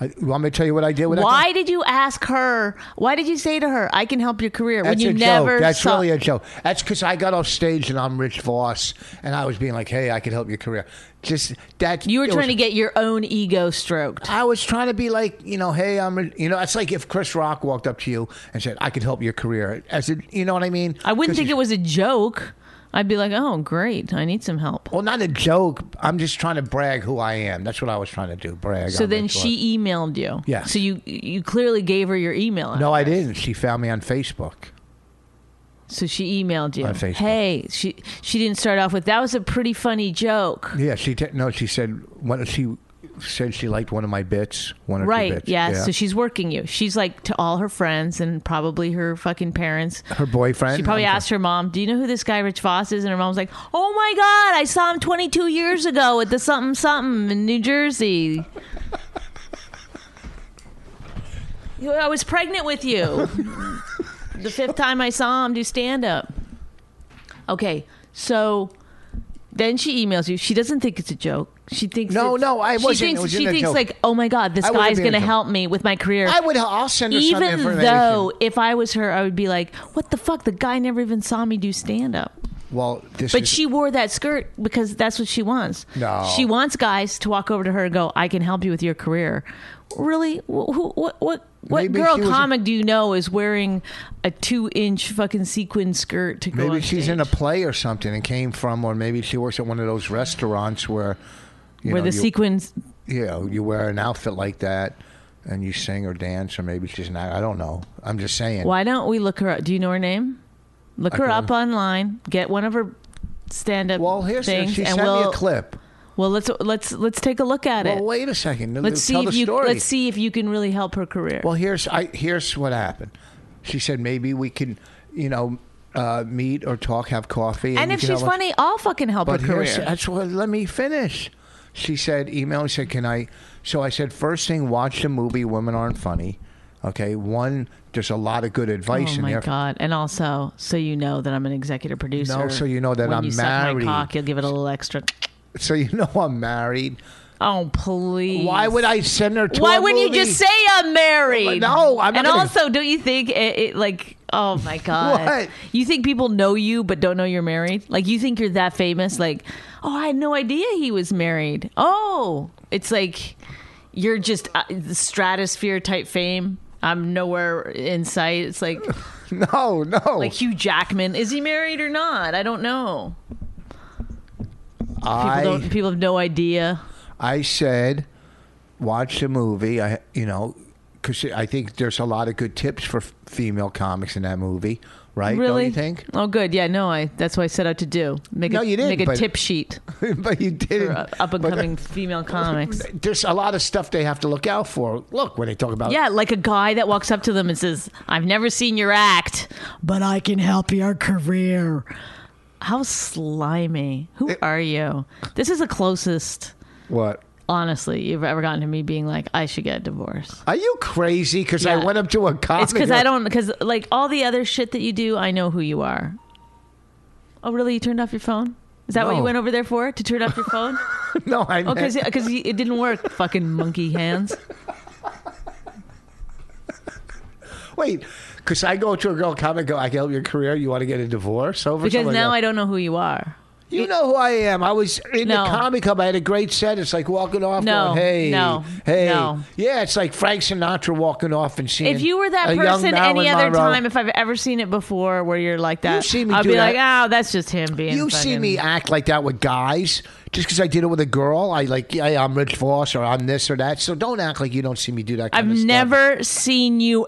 Speaker 2: I, you want me to tell you what i did with
Speaker 1: Why
Speaker 2: that
Speaker 1: did you ask her? Why did you say to her, "I can help your career"?
Speaker 2: girl? that's
Speaker 1: when you
Speaker 2: a
Speaker 1: never
Speaker 2: joke that's
Speaker 1: saw-
Speaker 2: really a joke that's because i got off stage and i'm rich voss and i was being like hey i could help your career just that
Speaker 1: you were
Speaker 2: it
Speaker 1: trying
Speaker 2: was-
Speaker 1: to get your own ego stroked.
Speaker 2: I was trying to be like, you know, hey, I'm, a, you know, it's like if Chris Rock walked up to you and said, "I could help your career," as a, you know what I mean?
Speaker 1: I wouldn't
Speaker 2: 'Cause
Speaker 1: think
Speaker 2: he's-
Speaker 1: it was a joke. I'd be like, "Oh, great! I need some help."
Speaker 2: well, not a joke. I'm just trying to brag who I am. That's what I was trying to do, brag.
Speaker 1: So
Speaker 2: on
Speaker 1: then
Speaker 2: Rich Voss.
Speaker 1: she emailed you.
Speaker 2: Yes.
Speaker 1: So you you clearly gave her your email.
Speaker 2: No, I didn't. She found me on Facebook.
Speaker 1: So she emailed you.
Speaker 2: On Facebook.
Speaker 1: Hey, she she didn't start off with that was a pretty funny joke.
Speaker 2: Yeah, she did no. She said one. She said she liked one of my bits. One or
Speaker 1: Right.
Speaker 2: two bits.
Speaker 1: yeah. So she's working you. She's like to all her friends and probably her fucking parents.
Speaker 2: her boyfriend.
Speaker 1: She probably
Speaker 2: I'm-
Speaker 1: asked her mom, "Do you know who this guy Rich Voss is?" And her mom's like, "Oh my god, I saw him 22 years ago at the something something in New Jersey." You know, I was pregnant with you. the fifth time I saw him do stand up. Okay, so then she emails you. She doesn't think it's a joke. She thinks
Speaker 2: No,
Speaker 1: it's-
Speaker 2: no, I wasn't.
Speaker 1: She thinks,
Speaker 2: It wasn't
Speaker 1: she
Speaker 2: a
Speaker 1: thinks
Speaker 2: joke.
Speaker 1: like, oh my god, this
Speaker 2: I wasn't
Speaker 1: guy's
Speaker 2: being a
Speaker 1: going to
Speaker 2: joke.
Speaker 1: help me with my career
Speaker 2: I would. I'll send her some
Speaker 1: even
Speaker 2: information.
Speaker 1: though if I was her, I would be like, "What the fuck? The guy never even saw me do stand up."
Speaker 2: well, this
Speaker 1: But
Speaker 2: is,
Speaker 1: she wore that skirt because that's what she wants.
Speaker 2: No.
Speaker 1: she wants guys to walk over to her and go, "I can help you with your career." Really? Wh- who- What? What? What
Speaker 2: Maybe
Speaker 1: girl
Speaker 2: she was-
Speaker 1: comic do you know is wearing a two-inch fucking sequin skirt to go?
Speaker 2: maybe
Speaker 1: on
Speaker 2: she's in a
Speaker 1: stage?
Speaker 2: play or something and came from, or maybe she works at one of those restaurants where, you
Speaker 1: where
Speaker 2: know,
Speaker 1: the
Speaker 2: you,
Speaker 1: sequins.
Speaker 2: you know, you wear an outfit like that and you sing or dance, or maybe she's not. I don't know. I'm just saying.
Speaker 1: Why don't we look her up? Do you know her name? Look
Speaker 2: I
Speaker 1: her
Speaker 2: can-
Speaker 1: up online. Get one of her stand-up
Speaker 2: Well, here's
Speaker 1: things,
Speaker 2: she
Speaker 1: and
Speaker 2: sent
Speaker 1: we'll
Speaker 2: me a clip.
Speaker 1: well let's let's let's take a look at it.
Speaker 2: Well, wait a second.
Speaker 1: Let's see
Speaker 2: Tell
Speaker 1: if
Speaker 2: the
Speaker 1: you
Speaker 2: story.
Speaker 1: let's see if you can really help her career.
Speaker 2: Well, here's I here's what happened. She said maybe we can, you know, uh, meet or talk, have coffee, and,
Speaker 1: and
Speaker 2: you
Speaker 1: if
Speaker 2: can
Speaker 1: she's
Speaker 2: have a-
Speaker 1: funny, I'll fucking help
Speaker 2: But
Speaker 1: her career.
Speaker 2: here's that's what. Let me finish. She said, email. She said, can I? So I said, first thing, watch the movie. Women aren't funny. Okay, one. There's a lot of good advice
Speaker 1: oh
Speaker 2: in
Speaker 1: my
Speaker 2: there.
Speaker 1: god! And also, so you know that I'm an executive producer.
Speaker 2: No, so you know that
Speaker 1: when
Speaker 2: I'm
Speaker 1: you suck
Speaker 2: married.
Speaker 1: my cock, you'll give it a little extra.
Speaker 2: So you know I'm married.
Speaker 1: Oh please!
Speaker 2: Why would I send her to?
Speaker 1: Why
Speaker 2: a
Speaker 1: wouldn't you
Speaker 2: movie?
Speaker 1: just say I'm married?
Speaker 2: Oh, No, I'm not
Speaker 1: And
Speaker 2: gonna-
Speaker 1: also, don't you think it, it like? Oh my god!
Speaker 2: What?
Speaker 1: You think people know you but don't know you're married? Like you think you're that famous? Like, oh, I had no idea he was married. Oh, it's like you're just uh, stratosphere type fame. I'm nowhere in sight. It's like
Speaker 2: No, no.
Speaker 1: like Hugh Jackman. Is he married or not? I don't know. People
Speaker 2: I
Speaker 1: don't. People have no idea.
Speaker 2: I said, watch the movie. I, you know, because I think there's a lot of good tips for f- female comics in that movie, right?
Speaker 1: Really?
Speaker 2: Don't you think?
Speaker 1: Oh, good. Yeah, no, I. That's what I set out to do. Make
Speaker 2: No,
Speaker 1: a,
Speaker 2: you didn't,
Speaker 1: Make a
Speaker 2: but-
Speaker 1: tip sheet
Speaker 2: but you didn't.
Speaker 1: for up and
Speaker 2: But, uh,
Speaker 1: coming female comics.
Speaker 2: There's a lot of stuff they have to look out for. Look when they talk about
Speaker 1: Yeah, like a guy that walks up to them and says, "I've never seen your act, but I can help your career." How slimy! Who are you? This is the closest,
Speaker 2: what.
Speaker 1: honestly, you've ever gotten to me being like, "I should get a divorce."
Speaker 2: Are you crazy? Because I
Speaker 1: Yeah.
Speaker 2: went up to a comic.
Speaker 1: It's because I don't because like all the other shit that you do, I know who you are. Oh, really? You turned off your phone? Is that what you
Speaker 2: No.
Speaker 1: went over there for? To turn off your phone?
Speaker 2: No, I.
Speaker 1: oh,
Speaker 2: meant-
Speaker 1: because because it didn't work. Fucking monkey hands.
Speaker 2: Wait, because I go to a girl comic, go, I can help your career. You want to get a divorce over?
Speaker 1: Because
Speaker 2: something
Speaker 1: now I
Speaker 2: like
Speaker 1: don't know who you are.
Speaker 2: that. you know who I am. I was in
Speaker 1: No.
Speaker 2: the comic club. I had a great set. It's like walking off.
Speaker 1: No,
Speaker 2: going, hey,
Speaker 1: no,
Speaker 2: hey,
Speaker 1: no.
Speaker 2: yeah. It's like Frank Sinatra walking off and seeing.
Speaker 1: If you were that
Speaker 2: a young
Speaker 1: person any
Speaker 2: Marilyn
Speaker 1: other
Speaker 2: Monroe.
Speaker 1: time, if I've ever seen it before where you're like that,
Speaker 2: You see me
Speaker 1: I'd
Speaker 2: do
Speaker 1: be
Speaker 2: that.
Speaker 1: like, oh, that's just him being.
Speaker 2: You see
Speaker 1: fucking-
Speaker 2: me act like that with guys just because I did it with a girl. I like, yeah, I'm Rich Voss or I'm this or that. So don't act like you don't see me do that. Kind
Speaker 1: I've
Speaker 2: of stuff.
Speaker 1: never seen you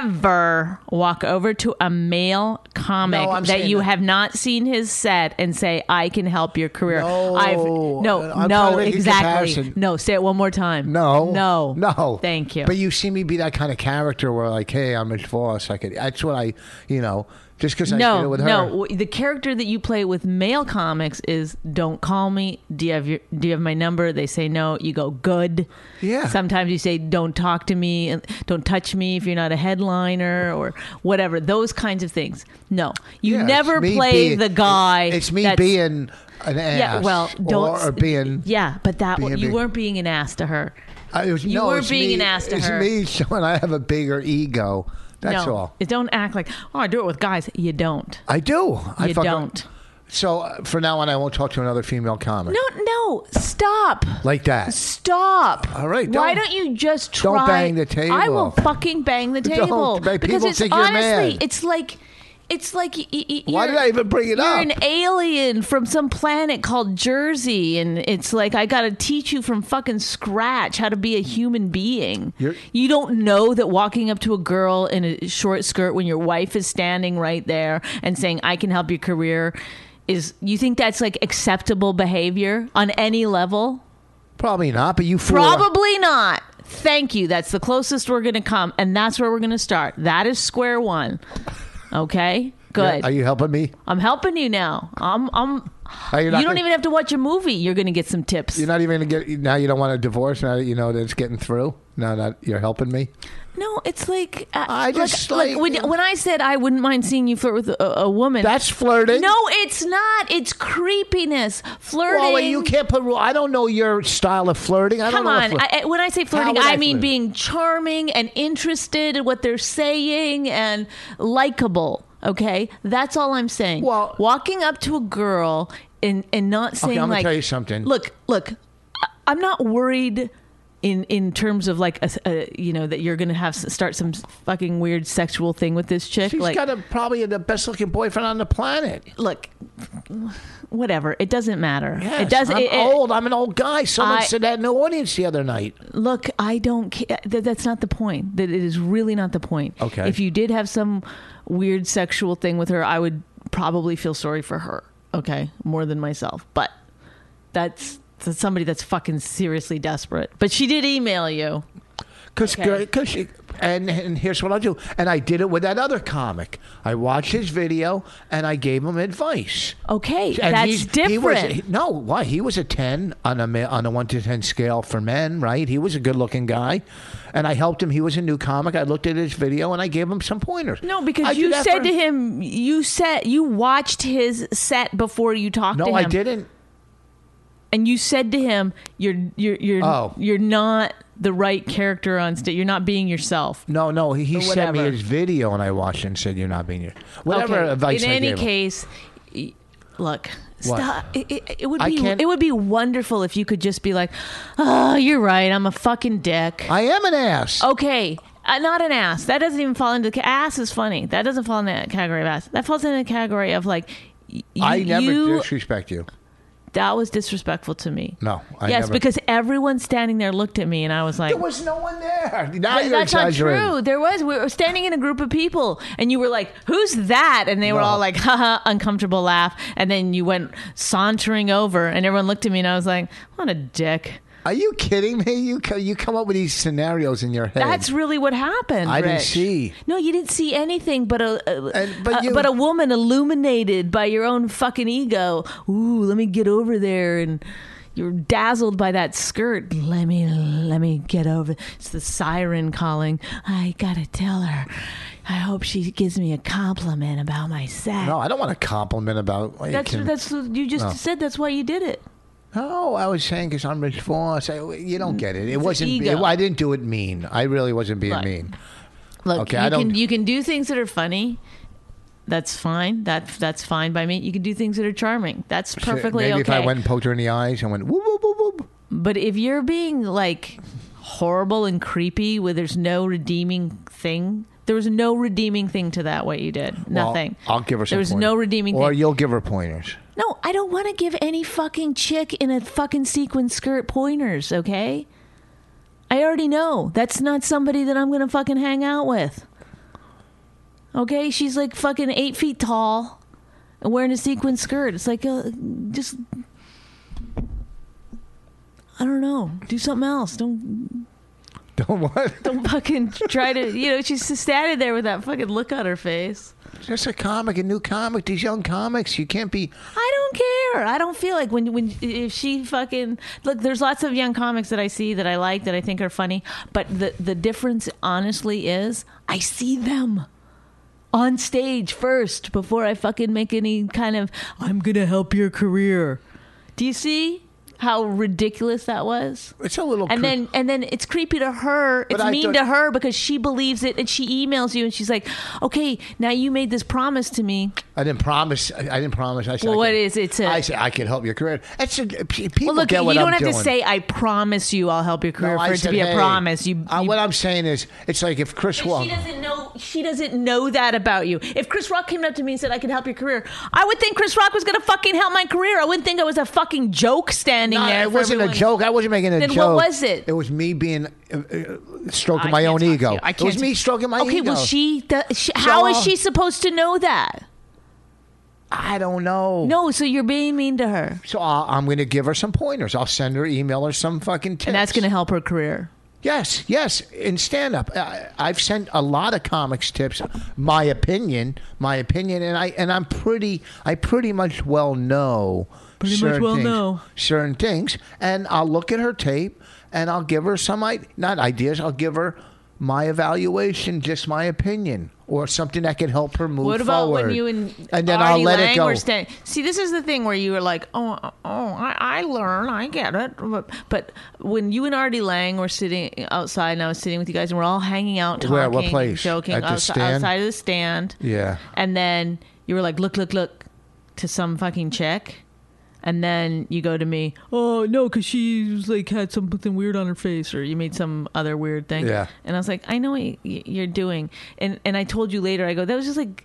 Speaker 1: ever walk over to a male comic
Speaker 2: No, I'm
Speaker 1: that
Speaker 2: saying
Speaker 1: you
Speaker 2: that-
Speaker 1: have not seen his set and say, "I can help your career."
Speaker 2: No,
Speaker 1: I've
Speaker 2: I'm
Speaker 1: no,
Speaker 2: trying
Speaker 1: no,
Speaker 2: to make a
Speaker 1: exactly.
Speaker 2: comparison.
Speaker 1: No, say it one more time.
Speaker 2: No,
Speaker 1: no,
Speaker 2: no.
Speaker 1: Thank you.
Speaker 2: But you see me be that kind of character where, like, hey, I'm Rich Voss. I could. That's what I, you know, just because I did it
Speaker 1: no,
Speaker 2: with her.
Speaker 1: no. W- The character that you play with male comics is "Don't call me." Do you have your Do you have my number? They say no. You go good.
Speaker 2: Yeah.
Speaker 1: Sometimes you say "Don't talk to me" and "Don't touch me" if you're not a headliner or whatever. Those kinds of things. No, you
Speaker 2: Yeah, it's
Speaker 1: never
Speaker 2: me
Speaker 1: play
Speaker 2: being-
Speaker 1: the guy.
Speaker 2: It's me
Speaker 1: that's-
Speaker 2: being an ass.
Speaker 1: Yeah, well, don't
Speaker 2: or, or being.
Speaker 1: Yeah, but that
Speaker 2: being a
Speaker 1: you
Speaker 2: big-
Speaker 1: weren't being an ass to her.
Speaker 2: I, it was,
Speaker 1: you
Speaker 2: no,
Speaker 1: were
Speaker 2: it's
Speaker 1: being
Speaker 2: me,
Speaker 1: an ass to
Speaker 2: it's
Speaker 1: her.
Speaker 2: me showing I have a bigger ego. That's
Speaker 1: no,
Speaker 2: all.
Speaker 1: It don't act like oh, I do it with guys. You don't.
Speaker 2: I do. I
Speaker 1: You
Speaker 2: fucking-
Speaker 1: don't.
Speaker 2: So uh, for now on, I won't talk to another female comic.
Speaker 1: No, no, stop.
Speaker 2: Like that.
Speaker 1: Stop.
Speaker 2: All right,
Speaker 1: Why
Speaker 2: don't-
Speaker 1: don't you just try?
Speaker 2: don't bang the table.
Speaker 1: I will fucking bang the
Speaker 2: Don't,
Speaker 1: table
Speaker 2: but
Speaker 1: because
Speaker 2: people
Speaker 1: it's
Speaker 2: think you're
Speaker 1: honestly,
Speaker 2: mad.
Speaker 1: it's like, it's like. y- y- y-
Speaker 2: Why
Speaker 1: you're-
Speaker 2: did I even bring it
Speaker 1: You're
Speaker 2: up?
Speaker 1: an alien from some planet called Jersey, and it's like I got to teach you from fucking scratch how to be a human being.
Speaker 2: You're-
Speaker 1: You don't know that walking up to a girl in a short skirt when your wife is standing right there and saying, "I can help your career," is you think that's like acceptable behavior on any level?
Speaker 2: Probably not. But you fool.
Speaker 1: Probably not. Thank you. That's the closest we're going to come. And that's where we're going to start. That is square one. Okay? Good.
Speaker 2: Are you helping me?
Speaker 1: I'm helping you now. I'm, I'm,
Speaker 2: Are you
Speaker 1: you
Speaker 2: not
Speaker 1: don't
Speaker 2: gonna-
Speaker 1: even have to watch a movie. You're going to get some tips.
Speaker 2: You're not even gonna get now. You don't want a divorce now that you know that it's getting through. Now that you're helping me,
Speaker 1: no, it's like, uh,
Speaker 2: I just
Speaker 1: like,
Speaker 2: like-
Speaker 1: when, when I said I wouldn't mind seeing you flirt with a, a woman.
Speaker 2: that's flirting.
Speaker 1: no, it's not. It's creepiness. Flirting.
Speaker 2: Well, wait, you can't put. rule- I don't know your style of flirting. I
Speaker 1: Come
Speaker 2: don't know. what
Speaker 1: on.
Speaker 2: flirt-
Speaker 1: I, I- when I say flirting,
Speaker 2: would
Speaker 1: I,
Speaker 2: I
Speaker 1: mean
Speaker 2: flirt?
Speaker 1: being charming and interested in what they're saying and likable. Okay, that's all I'm saying.
Speaker 2: Well-
Speaker 1: walking up to a girl and and not saying
Speaker 2: I'm gonna
Speaker 1: like,
Speaker 2: tell you something.
Speaker 1: Look, look, I- I'm not worried. In, in terms of like a, a- you know that you're gonna have s- start some fucking weird sexual thing with this chick
Speaker 2: She's
Speaker 1: like
Speaker 2: got a, probably the best looking boyfriend on the planet.
Speaker 1: look whatever it doesn't matter
Speaker 2: Yes,
Speaker 1: it doesn't
Speaker 2: I'm
Speaker 1: it- it-
Speaker 2: old. I'm an old guy. Someone
Speaker 1: I-
Speaker 2: said that in the audience the other night.
Speaker 1: look, I don't care. That, that's not the point. That it is really not the point.
Speaker 2: Okay.
Speaker 1: If you did have some weird sexual thing with her, I would probably feel sorry for her. Okay, more than myself. But that's, that's somebody that's fucking seriously desperate. But she did email you.
Speaker 2: Cause,
Speaker 1: Okay.
Speaker 2: cause she, and and here's what I'll do. And I did it with that other comic. I watched his video and I gave him advice.
Speaker 1: Okay,
Speaker 2: And
Speaker 1: that's
Speaker 2: he's- He was,
Speaker 1: different.
Speaker 2: he- no, why? He was a ten on a ma- on a one to ten scale for men, right? He was a good looking guy, and I helped him. He was a new comic. I looked at his video and I gave him some pointers.
Speaker 1: no,
Speaker 2: I
Speaker 1: because
Speaker 2: do
Speaker 1: you
Speaker 2: that
Speaker 1: said
Speaker 2: for-
Speaker 1: to him, you said you watched his set before you talked to
Speaker 2: No,
Speaker 1: him.
Speaker 2: I didn't.
Speaker 1: and you said to him, "You're you're you're
Speaker 2: Oh.
Speaker 1: you're not the right character on stage. You're not being yourself."
Speaker 2: No, no. He sent me
Speaker 1: whatever.
Speaker 2: his video and I watched it and said, "You're not being your whatever
Speaker 1: Okay,
Speaker 2: advice."
Speaker 1: In
Speaker 2: I
Speaker 1: any
Speaker 2: gave him.
Speaker 1: case, y- look,
Speaker 2: What?
Speaker 1: stop. It, it, it would
Speaker 2: I
Speaker 1: be
Speaker 2: can't-
Speaker 1: it would be wonderful if you could just be like, "Oh, you're right. I'm a fucking dick."
Speaker 2: I am an ass.
Speaker 1: okay. Uh, not an ass. That doesn't even fall into the ca- ass is funny. That doesn't fall in the category of ass. That falls in the category of like y- you,
Speaker 2: I never
Speaker 1: you-
Speaker 2: disrespect you.
Speaker 1: that was disrespectful to me.
Speaker 2: No, I
Speaker 1: yes,
Speaker 2: never-
Speaker 1: because everyone standing there looked at me and I was like
Speaker 2: There was no one there. Now
Speaker 1: Th-
Speaker 2: you're
Speaker 1: that's not
Speaker 2: exaggerating.
Speaker 1: true. There was. We were standing in a group of people, and you were like, "Who's that?" And they were
Speaker 2: No.
Speaker 1: all like, "Haha!" Uncomfortable laugh. And then you went sauntering over, and everyone looked at me, and I was like, "What a dick."
Speaker 2: Are you kidding me? You co- you come up with these scenarios in your head.
Speaker 1: That's really what happened.
Speaker 2: I didn't
Speaker 1: Rich.
Speaker 2: see.
Speaker 1: No, you didn't see anything, but a, a-
Speaker 2: And- but
Speaker 1: a-
Speaker 2: you-
Speaker 1: but a woman illuminated by your own fucking ego. Ooh, let me get over there and. You're dazzled by that skirt. Let me, let me get over. It's the siren calling. I gotta tell her. I hope she gives me a compliment about my sex.
Speaker 2: no, I don't want a compliment about. well, you
Speaker 1: that's
Speaker 2: can-
Speaker 1: that's you just said. That's why you did it.
Speaker 2: No, I was saying because I'm Rich Voss. I, you don't get it. It wasn't.
Speaker 1: Mm. ego.
Speaker 2: It, I didn't do it mean. I really wasn't being
Speaker 1: Right.
Speaker 2: mean.
Speaker 1: Look,
Speaker 2: Okay,
Speaker 1: you
Speaker 2: I don't-
Speaker 1: can you can do things that are funny. That's fine. That that's fine by me. You can do things that are charming. That's perfectly
Speaker 2: Maybe
Speaker 1: okay.
Speaker 2: if I went and poked her in the eyes and went whoop whoop whoop whoop.
Speaker 1: But if you're being like horrible and creepy where there's no redeeming thing, there was no redeeming thing to that what you did.
Speaker 2: well,
Speaker 1: Nothing.
Speaker 2: I'll give her some.
Speaker 1: There was
Speaker 2: pointers.
Speaker 1: no redeeming
Speaker 2: Or
Speaker 1: thing.
Speaker 2: you'll give her pointers.
Speaker 1: no, I don't want to give any fucking chick in a fucking sequin skirt pointers, okay? I already know. That's not somebody that I'm going to fucking hang out with. Okay? She's like fucking eight feet tall and wearing a sequin skirt. It's like, uh, just. I don't know. Do something else. Don't
Speaker 2: Don't what?
Speaker 1: don't fucking try to you know she's just standing there with that fucking look on her face
Speaker 2: Just a comic, a new comic. These young comics, you can't be.
Speaker 1: i don't care i don't feel like when when if she fucking look there's lots of young comics that i see that i like that i think are funny but the the difference honestly is i see them on stage first before i fucking make any kind of i'm gonna help your career do you see how ridiculous that was
Speaker 2: It's a little.
Speaker 1: and
Speaker 2: cre-
Speaker 1: then and then it's creepy to her it's
Speaker 2: I
Speaker 1: mean
Speaker 2: thought-
Speaker 1: to her because she believes it and she emails you and she's like okay now you made this promise to me
Speaker 2: I didn't promise. I I didn't promise. I said.
Speaker 1: Well,
Speaker 2: I
Speaker 1: what
Speaker 2: could-
Speaker 1: is it to-
Speaker 2: I said I could help your career. That's a, pe- people
Speaker 1: well look
Speaker 2: get
Speaker 1: you
Speaker 2: what
Speaker 1: don't
Speaker 2: I'm
Speaker 1: have to
Speaker 2: doing.
Speaker 1: say i promise you i'll help your
Speaker 2: No,
Speaker 1: career
Speaker 2: I
Speaker 1: for it
Speaker 2: said,
Speaker 1: to be
Speaker 2: hey.
Speaker 1: a promise you,
Speaker 2: Uh,
Speaker 1: you-
Speaker 2: what I'm saying is, it's like if Chris
Speaker 1: she
Speaker 2: Walk.
Speaker 1: doesn't know she doesn't know that about you if chris rock came up to me and said i could help your career i would think chris rock was gonna fucking help my career i wouldn't think i was a fucking joke standing
Speaker 2: No,
Speaker 1: there
Speaker 2: it
Speaker 1: for
Speaker 2: wasn't a
Speaker 1: everyone.
Speaker 2: joke. I wasn't making a
Speaker 1: Then what
Speaker 2: joke.
Speaker 1: was it?
Speaker 2: It was me being uh, uh, stroking
Speaker 1: I
Speaker 2: my
Speaker 1: can't
Speaker 2: own
Speaker 1: talk to
Speaker 2: ego.
Speaker 1: you. I
Speaker 2: It was
Speaker 1: can't-
Speaker 2: me stroking my
Speaker 1: okay
Speaker 2: ego.
Speaker 1: well she, the, she how is
Speaker 2: So- uh,
Speaker 1: she supposed to know that
Speaker 2: I don't know.
Speaker 1: no so you're being mean to her
Speaker 2: So I'll, I'm going to give her some pointers. I'll send her email or some fucking tips.
Speaker 1: and that's going to help her career.
Speaker 2: Yes, yes. In stand up, I, I've sent a lot of comics tips. My opinion, my opinion, and I and I'm pretty. I pretty much well know. Pretty
Speaker 1: much well know.
Speaker 2: certain things, and I'll look at her tape and I'll give her some i not ideas. I'll give her my evaluation, just my opinion, or something that can help her move
Speaker 1: What about
Speaker 2: forward.
Speaker 1: when you and,
Speaker 2: and then
Speaker 1: Artie
Speaker 2: I'll let
Speaker 1: Lang
Speaker 2: it go.
Speaker 1: were stand- See, this is the thing where you were like, "Oh, oh, I, I learn, I get it." But, but when you and Artie Lang were sitting outside, and I was sitting with you guys, and we're all hanging out, talking,
Speaker 2: Where? What place?
Speaker 1: joking
Speaker 2: At the
Speaker 1: outside,
Speaker 2: stand?
Speaker 1: outside of the stand.
Speaker 2: yeah,
Speaker 1: And then you were like, "Look, look, look," to some fucking chick. And then you go to me, oh no, because she was like had something weird on her face, or you made some other weird thing.
Speaker 2: Yeah.
Speaker 1: And I was like, I know what y- you're doing, and and I told you later. I go, that was just like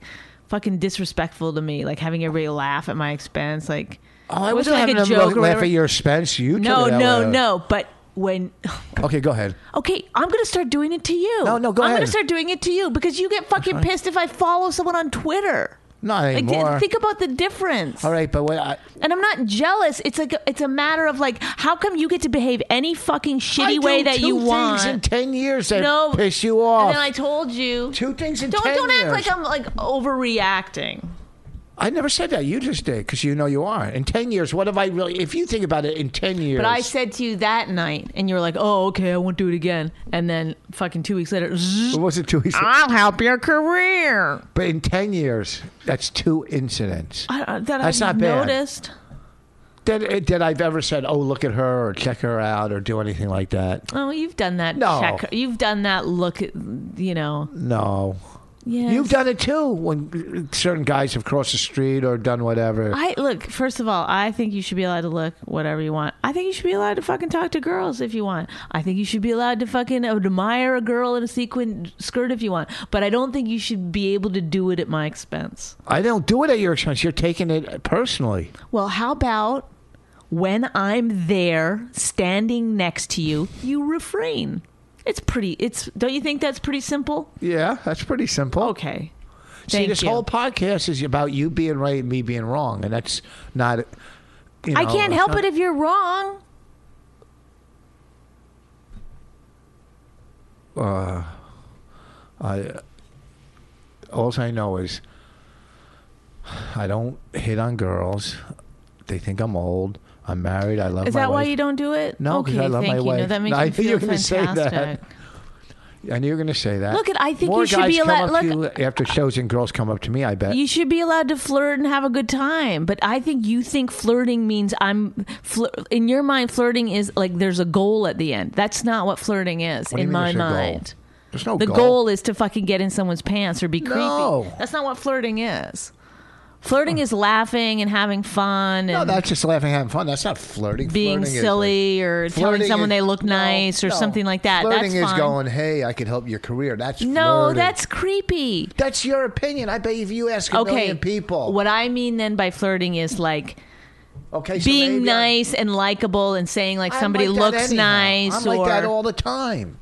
Speaker 1: fucking disrespectful to me, like having everybody laugh at my expense, like
Speaker 2: Oh, I
Speaker 1: it
Speaker 2: wasn't
Speaker 1: like
Speaker 2: having
Speaker 1: a
Speaker 2: them look-
Speaker 1: joke
Speaker 2: laugh
Speaker 1: or whatever.
Speaker 2: at your expense. You took
Speaker 1: no,
Speaker 2: it that
Speaker 1: no,
Speaker 2: way.
Speaker 1: no. But when
Speaker 2: Okay, go ahead.
Speaker 1: Okay, I'm gonna start doing it to you.
Speaker 2: No, no, go
Speaker 1: I'm
Speaker 2: ahead.
Speaker 1: gonna start doing it to you because you get fucking pissed if I follow someone on Twitter.
Speaker 2: Not
Speaker 1: Like, th-
Speaker 2: anymore.
Speaker 1: think about the difference.
Speaker 2: All right, but what I,
Speaker 1: And I'm not jealous. It's like it's a matter of like, how come you get to behave any fucking
Speaker 2: I do
Speaker 1: shitty way that
Speaker 2: two
Speaker 1: you
Speaker 2: things
Speaker 1: want?
Speaker 2: in ten years that
Speaker 1: no,
Speaker 2: piss you off.
Speaker 1: And then I told you
Speaker 2: two things in
Speaker 1: don't
Speaker 2: 10
Speaker 1: don't act
Speaker 2: years.
Speaker 1: like I'm like overreacting.
Speaker 2: I never said that. You just did because you know you are. In ten years, what have I really? If you think about it, in ten years,
Speaker 1: But I said to you that night, and you were like, "Oh, okay, I won't do it again." And then fucking two weeks later,
Speaker 2: What was it two? weeks-
Speaker 1: "Ah."
Speaker 3: I'll help your career.
Speaker 2: But in ten years, that's two incidents
Speaker 1: I, I- uh, that
Speaker 2: That's
Speaker 1: I've
Speaker 2: not bad.
Speaker 1: noticed.
Speaker 2: that eh, that I've ever said. Oh, look at her, or check her out, or do anything like that.
Speaker 1: Oh, you've done that.
Speaker 2: No.
Speaker 1: check. You've done that. Look, at, you know.
Speaker 2: No,
Speaker 1: Yes.
Speaker 2: you've done it too. When certain guys have crossed the street or done whatever.
Speaker 1: I look. First of all, I think you should be allowed to look whatever you want. I think you should be allowed to fucking talk to girls if you want. I think you should be allowed to fucking admire a girl in a sequin skirt if you want. But I don't think you should be able to do it at my expense.
Speaker 2: I don't do it at your expense. You're taking it personally.
Speaker 1: Well, how about when I'm there standing next to you, you refrain? It's pretty. It's don't you think that's pretty simple?
Speaker 2: Yeah, that's pretty simple.
Speaker 1: Okay.
Speaker 2: See,
Speaker 1: Thank
Speaker 2: this
Speaker 1: you.
Speaker 2: whole podcast is about you being right and me being wrong, and that's not. You know,
Speaker 1: I can't help
Speaker 2: it's
Speaker 1: it if you're wrong.
Speaker 2: not- All I know is, I don't hit on girls. They think I'm old. I'm married. I love.
Speaker 1: Is
Speaker 2: my
Speaker 1: that why
Speaker 2: wife.
Speaker 1: you don't do it?
Speaker 2: No, 'cause
Speaker 1: okay,
Speaker 2: I love
Speaker 1: thank
Speaker 2: my
Speaker 1: you. No,
Speaker 2: wife.
Speaker 1: that makes
Speaker 2: No, I
Speaker 1: me
Speaker 2: think
Speaker 1: feel
Speaker 2: you're gonna say that.
Speaker 1: fantastic.
Speaker 2: And you're going to say that.
Speaker 1: Look, I think
Speaker 2: More
Speaker 1: you should
Speaker 2: guys
Speaker 1: be
Speaker 2: come
Speaker 1: allowed-
Speaker 2: up to
Speaker 1: look-
Speaker 2: you after shows and girls come up to me. I bet.
Speaker 1: You should be allowed to flirt and have a good time, but I think you think flirting means I'm flir- in your mind. Flirting is like there's a goal at the end. That's not what flirting is
Speaker 2: do you
Speaker 1: in
Speaker 2: mean
Speaker 1: my
Speaker 2: there's a goal?
Speaker 1: mind.
Speaker 2: There's no
Speaker 1: the
Speaker 2: goal.
Speaker 1: goal is to fucking get in someone's pants or be creepy.
Speaker 2: No.
Speaker 1: That's not what flirting is. Flirting is laughing and having fun
Speaker 2: No,
Speaker 1: and
Speaker 2: that's just laughing, having fun. That's not flirting.
Speaker 1: being
Speaker 2: Flirting is like-
Speaker 1: silly or telling
Speaker 2: Flirting
Speaker 1: someone
Speaker 2: is-
Speaker 1: they look
Speaker 2: no,
Speaker 1: nice or
Speaker 2: no.
Speaker 1: something like that.
Speaker 2: Flirting
Speaker 1: that's
Speaker 2: is
Speaker 1: fun.
Speaker 2: going, hey, I could help your career. That's
Speaker 1: No,
Speaker 2: flirting.
Speaker 1: that's creepy.
Speaker 2: that's your opinion. I bet if you ask a
Speaker 1: Okay.
Speaker 2: million people,
Speaker 1: What I mean then by flirting is like
Speaker 2: okay, so
Speaker 1: being
Speaker 2: maybe I'm-
Speaker 1: nice and likable and saying like
Speaker 2: I'm
Speaker 1: somebody
Speaker 2: like that
Speaker 1: looks
Speaker 2: anyhow.
Speaker 1: nice
Speaker 2: I'm
Speaker 1: or
Speaker 2: like that all the time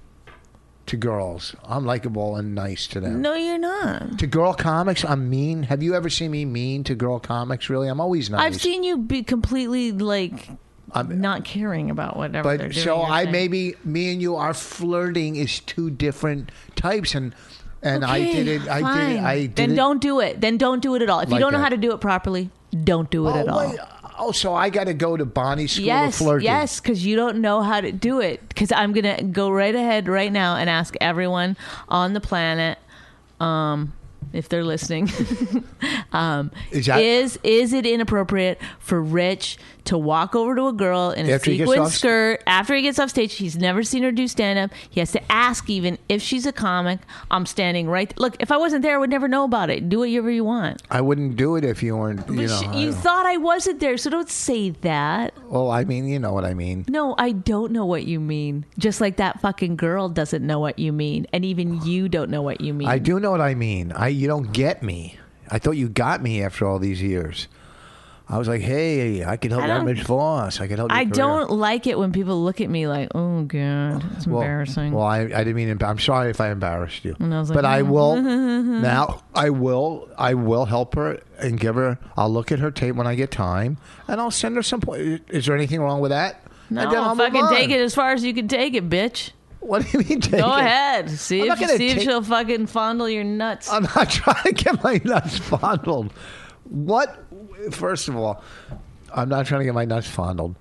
Speaker 2: to girls. I'm likable and nice to them.
Speaker 1: No, you're not.
Speaker 2: To girl comics, I'm mean. Have you ever seen me mean to girl comics? Really, I'm always nice.
Speaker 1: I've seen you be completely like
Speaker 2: I'm-
Speaker 1: not caring about whatever they're
Speaker 2: But
Speaker 1: doing.
Speaker 2: so
Speaker 1: or
Speaker 2: I
Speaker 1: saying.
Speaker 2: maybe me and you are flirting is two different types, and and I
Speaker 1: Okay,
Speaker 2: did it. I did it.
Speaker 1: fine.
Speaker 2: I did
Speaker 1: Then
Speaker 2: it.
Speaker 1: don't do it. Then don't do it at all. If
Speaker 2: Like
Speaker 1: you don't know
Speaker 2: that.
Speaker 1: how to do it properly, don't do it
Speaker 2: oh,
Speaker 1: at all.
Speaker 2: wait. oh, so I got to go to Bonnie's school
Speaker 1: Yes,
Speaker 2: of flirting.
Speaker 1: yes, because you don't know how to do it. Because I'm gonna go right ahead right now and ask everyone on the planet, um, if they're listening, um,
Speaker 2: Is that-
Speaker 1: is is it inappropriate for Rich to walk over to a girl in a
Speaker 2: After he gets
Speaker 1: sequin
Speaker 2: off st-
Speaker 1: skirt after he gets off stage? He's never seen her do stand up. He has to ask even if she's a comic. I'm standing right. Look, if I wasn't there, I would never know about it. Do whatever you want.
Speaker 2: I wouldn't do it if you weren't. You
Speaker 1: You,
Speaker 2: know, I
Speaker 1: you
Speaker 2: don't-
Speaker 1: thought I wasn't there, so don't say that.
Speaker 2: well, I mean, you know what I mean.
Speaker 1: No, I don't know what you mean. Just like that fucking girl doesn't know what you mean, and even you don't know what you mean.
Speaker 2: I do know what I mean. I you don't get me. I thought you got me after all these years. I was like, hey, I could help
Speaker 1: I don't-
Speaker 2: Rich Voss. I could help. your
Speaker 1: I
Speaker 2: career.
Speaker 1: don't like it when people look at me like, "Oh god, it's
Speaker 2: Well-
Speaker 1: embarrassing."
Speaker 2: Well, I, I didn't mean. embar- I'm sorry if I embarrassed you.
Speaker 1: I was like, "Mm-hmm."
Speaker 2: but I will now. I will. I will help her and give her. I'll look at her tape when I get time, and I'll send her some. po- Is there anything wrong with that?
Speaker 1: no,
Speaker 2: and then I'll move
Speaker 1: fucking
Speaker 2: on.
Speaker 1: take it as far as you can take it, bitch.
Speaker 2: What do you mean? Take
Speaker 1: Go
Speaker 2: it?
Speaker 1: ahead, see
Speaker 2: I'm
Speaker 1: if
Speaker 2: not gonna
Speaker 1: see if
Speaker 2: take-
Speaker 1: she'll fucking fondle your nuts.
Speaker 2: I'm not trying to get my nuts fondled. What? First of all, I'm not trying to get my nuts fondled.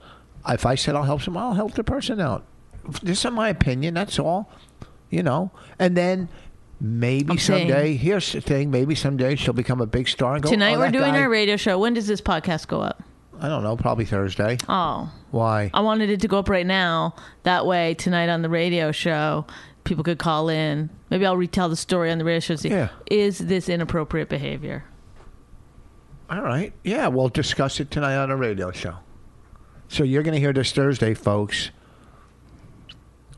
Speaker 2: If I said I'll help someone, I'll help the person out. This is my opinion. That's all. You know. And then maybe
Speaker 1: I'm saying-
Speaker 2: someday. here's the thing. Maybe someday she'll become a big star. And go,
Speaker 1: Tonight
Speaker 2: "Oh,
Speaker 1: we're
Speaker 2: that
Speaker 1: doing
Speaker 2: guy-
Speaker 1: our radio show. When does this podcast go up?
Speaker 2: I don't know. Probably Thursday.
Speaker 1: Oh,
Speaker 2: Why?
Speaker 1: I wanted it to go up right now. That way, tonight on the radio show, people could call in. Maybe I'll retell the story on the radio show. and See,
Speaker 2: Yeah.
Speaker 1: Is this inappropriate behavior?
Speaker 2: All right. Yeah, we'll discuss it tonight on a radio show. So you're going to hear this Thursday, folks.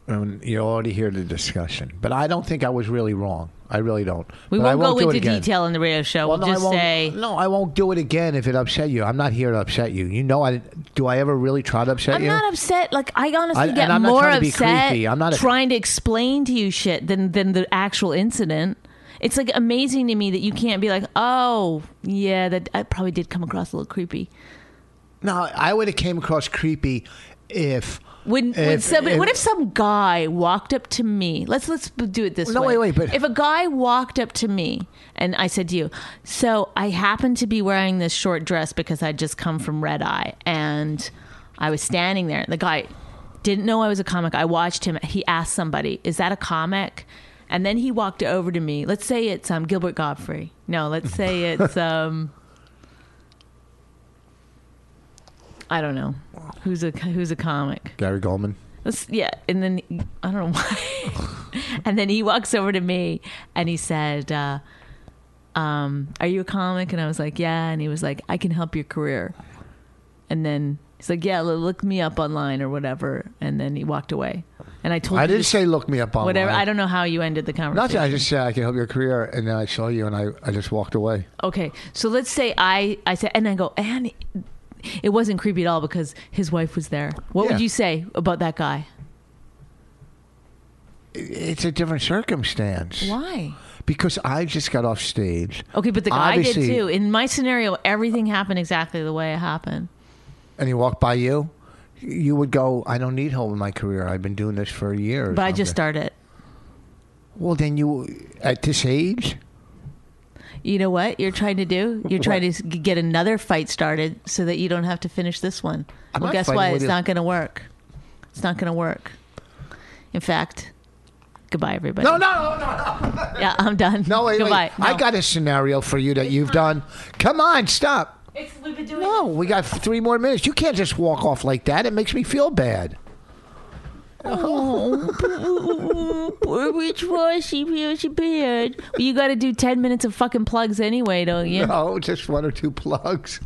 Speaker 2: And you already hear the discussion. But I don't think I was really wrong. I really don't.
Speaker 1: We
Speaker 2: But I
Speaker 1: won't,
Speaker 2: won't do
Speaker 1: go
Speaker 2: it
Speaker 1: into
Speaker 2: again.
Speaker 1: detail on the radio show.
Speaker 2: Well,
Speaker 1: we'll
Speaker 2: no,
Speaker 1: just
Speaker 2: I won't,
Speaker 1: say
Speaker 2: no. I won't do it again if it upset you. I'm not here to upset you. You know, I do. I ever really try to upset
Speaker 1: I'm
Speaker 2: you?
Speaker 1: not upset. Like I
Speaker 2: I-
Speaker 1: honestly
Speaker 2: and
Speaker 1: get
Speaker 2: I'm not
Speaker 1: more
Speaker 2: trying to be
Speaker 1: upset
Speaker 2: creepy. I'm not a-
Speaker 1: trying to explain to you shit than than the actual incident. It's like amazing to me that you can't be like, oh yeah, that I probably did come across a little creepy.
Speaker 2: no, I would have came across creepy if
Speaker 1: When when
Speaker 2: If-
Speaker 1: somebody,
Speaker 2: if-
Speaker 1: what if some guy walked up to me? Let's let's do it this
Speaker 2: No,
Speaker 1: way.
Speaker 2: wait, wait, but-
Speaker 1: if a guy walked up to me and I said to you, "So I happen to be wearing this short dress because I just come from red eye, and I was standing there. The guy didn't know I was a comic. I watched him. He asked somebody, "Is that a comic?" And then he walked over to me. Let's say it's um, Gilbert Godfrey. No, let's say it's um, I don't know who's a who's a comic.
Speaker 2: Gary Goldman.
Speaker 1: Let's- yeah, and then I don't know why. and then he walks over to me and he said, uh, um, "Are you a comic?" And I was like, "Yeah." And he was like, "I can help your career." And then he's like, "Yeah, lo- look me up online or whatever." And then he walked away. And I told
Speaker 2: I
Speaker 1: you
Speaker 2: didn't
Speaker 1: this-
Speaker 2: say look me up online.
Speaker 1: whatever. I don't know how you ended the conversation.
Speaker 2: Nothing. I just said I can help your career, and then I saw you, and I, I just walked away.
Speaker 1: okay so let's say i i said and i go and it wasn't creepy at all because his wife was there what
Speaker 2: Yeah.
Speaker 1: would you say about that guy
Speaker 2: It's a different circumstance.
Speaker 1: why
Speaker 2: Because I just got off stage.
Speaker 1: okay but the guy
Speaker 2: Obviously-
Speaker 1: did too in my scenario everything happened exactly the way it happened
Speaker 2: And he walked by you. You would go, I don't need help in my career. I've been doing this for years.
Speaker 1: but i just
Speaker 2: Okay.
Speaker 1: started
Speaker 2: Well, then you, at this age,
Speaker 1: you know what you're trying to do you're trying to s- get another fight started so that you don't have to finish this one
Speaker 2: I'm
Speaker 1: well
Speaker 2: not
Speaker 1: guess
Speaker 2: fighting
Speaker 1: what
Speaker 2: with
Speaker 1: it's
Speaker 2: you.
Speaker 1: not going to work it's not going to work in fact goodbye everybody
Speaker 2: no, no, no, no, no.
Speaker 1: yeah i'm done
Speaker 2: No, wait,
Speaker 1: goodbye
Speaker 2: wait. I
Speaker 1: No.
Speaker 2: got a scenario for you that you've done. Come on, stop. No, we got three more minutes. You can't just walk off like that. It makes me feel bad.
Speaker 1: Poor rich Rossi feels bad. Well, you got to do ten minutes of fucking plugs anyway, don't you?
Speaker 2: No, just one or two plugs.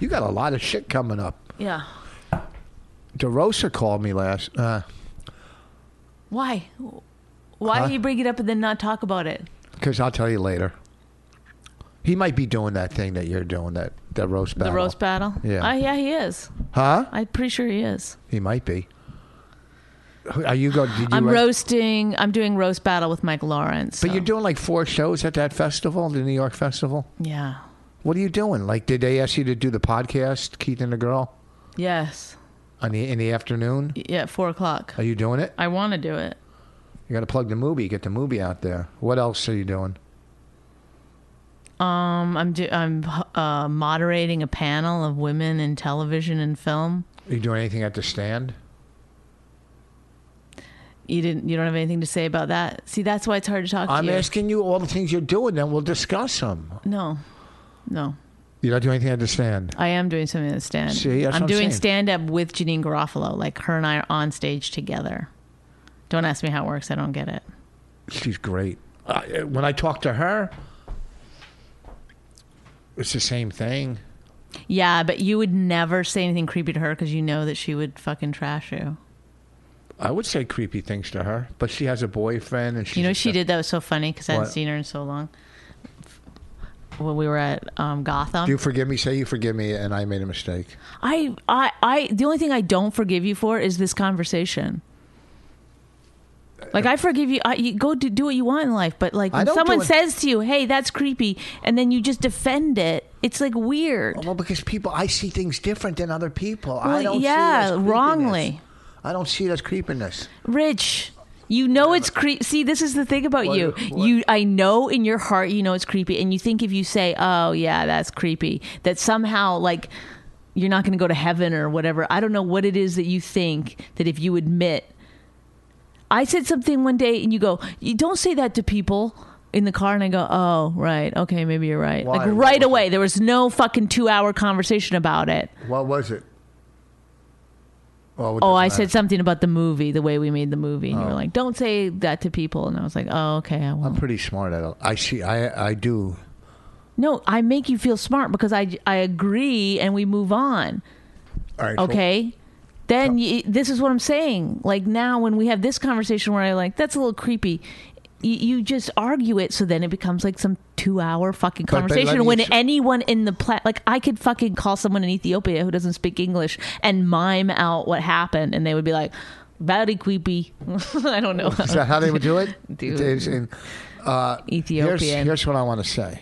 Speaker 2: You got a lot of shit coming up.
Speaker 1: Yeah.
Speaker 2: DeRosa called me last. Uh,
Speaker 1: Why? Why
Speaker 2: Huh?
Speaker 1: do you bring it up and then not talk about it?
Speaker 2: Because I'll tell you later. He might be doing that thing that you're doing, that, that roast battle.
Speaker 1: The roast battle.
Speaker 2: Yeah.
Speaker 1: Oh, yeah, he is.
Speaker 2: Huh?
Speaker 1: I'm pretty sure he is.
Speaker 2: He might be. Are you going? Did you
Speaker 1: I'm
Speaker 2: write-
Speaker 1: roasting. I'm doing roast battle with Mike Lawrence.
Speaker 2: But
Speaker 1: so-
Speaker 2: you're doing like four shows at that festival, the New York festival.
Speaker 1: Yeah.
Speaker 2: What are you doing? Like, did they ask you to do the podcast, Keith and the Girl,
Speaker 1: Yes.
Speaker 2: on the in the afternoon?
Speaker 1: Yeah. Four o'clock.
Speaker 2: Are you doing it?
Speaker 1: I want to do it.
Speaker 2: You got to plug the movie, get the movie out there. What else are you doing?
Speaker 1: Um, I'm do- I'm uh, moderating a panel of women in television and film.
Speaker 2: Are you doing anything at the stand?
Speaker 1: You didn't. You don't have anything to say about that. See, that's why it's hard to talk
Speaker 2: I'm
Speaker 1: to you.
Speaker 2: asking you all the things you're doing, then we'll discuss them.
Speaker 1: no, no.
Speaker 2: You're not doing anything at the stand.
Speaker 1: I am doing something at stand.
Speaker 2: See, that's
Speaker 1: I'm
Speaker 2: what I'm
Speaker 1: doing
Speaker 2: saying.
Speaker 1: stand up with Janine Garofalo. Like her and I are on stage together. Don't ask me how it works. I don't get it.
Speaker 2: She's great. Uh, when I talk to her, it's the same thing.
Speaker 1: Yeah, but you would never say anything creepy to her because you know that she would fucking trash you.
Speaker 2: I would say creepy things to her, but she has a boyfriend, and she's
Speaker 1: You know
Speaker 2: a-
Speaker 1: what she did that was so funny because I hadn't
Speaker 2: What?
Speaker 1: seen her in so long. When we were at um, Gotham,
Speaker 2: Do you forgive me? Say you forgive me, and I made a mistake.
Speaker 1: I, I, I, the only thing I don't forgive you for is this conversation. Like I forgive you. I, you go do, do what you want in life, but like
Speaker 2: I
Speaker 1: when
Speaker 2: don't
Speaker 1: someone
Speaker 2: do it-
Speaker 1: says to you, "Hey, that's creepy," and then you just defend it, it's like weird.
Speaker 2: Well, because people, I see things different than other people. I
Speaker 1: Well,
Speaker 2: don't.
Speaker 1: yeah,
Speaker 2: see it as
Speaker 1: wrongly.
Speaker 2: creepiness. I don't see it as creepiness.
Speaker 1: Rich, you know it's creepy. See, this is the thing about
Speaker 2: What-
Speaker 1: you.
Speaker 2: what?
Speaker 1: You, I know in your heart you know it's creepy, and you think if you say, "Oh yeah, that's creepy," that somehow like you're not going to go to heaven or whatever. I don't know what it is that you think that if you admit. I said something one day, and you go, "You don't say that to people." In the car, and I go, oh, right, okay, maybe you're right.
Speaker 2: Why?
Speaker 1: Like
Speaker 2: What
Speaker 1: right
Speaker 2: was
Speaker 1: away, there was no fucking two hour conversation about it.
Speaker 2: What was it? Well, it
Speaker 1: Oh,
Speaker 2: doesn't
Speaker 1: I
Speaker 2: matter.
Speaker 1: said something about the movie, the way we made the movie,
Speaker 2: Oh.
Speaker 1: and you were like, "Don't say that to people." And I was like, "Oh, okay, I
Speaker 2: I'm
Speaker 1: won't."
Speaker 2: pretty smart at it. I see. I I do.
Speaker 1: No, I make you feel smart because I I agree, and we move on.
Speaker 2: All right. so-
Speaker 1: Okay, then y this is what I'm saying. Like now, when we have this conversation, where I like that's a little creepy. You, you just argue it, so then it becomes like some two-hour fucking
Speaker 2: But- but let
Speaker 1: conversation.
Speaker 2: me
Speaker 1: when
Speaker 2: ex-
Speaker 1: anyone in the pla- like, I could fucking call someone in Ethiopia who doesn't speak English and mime out what happened, and they would be like, "Very creepy." I don't know.
Speaker 2: Is that how they would do it? It
Speaker 1: Dude.
Speaker 2: is in- here's,
Speaker 1: Ethiopian.
Speaker 2: here's what I want to say.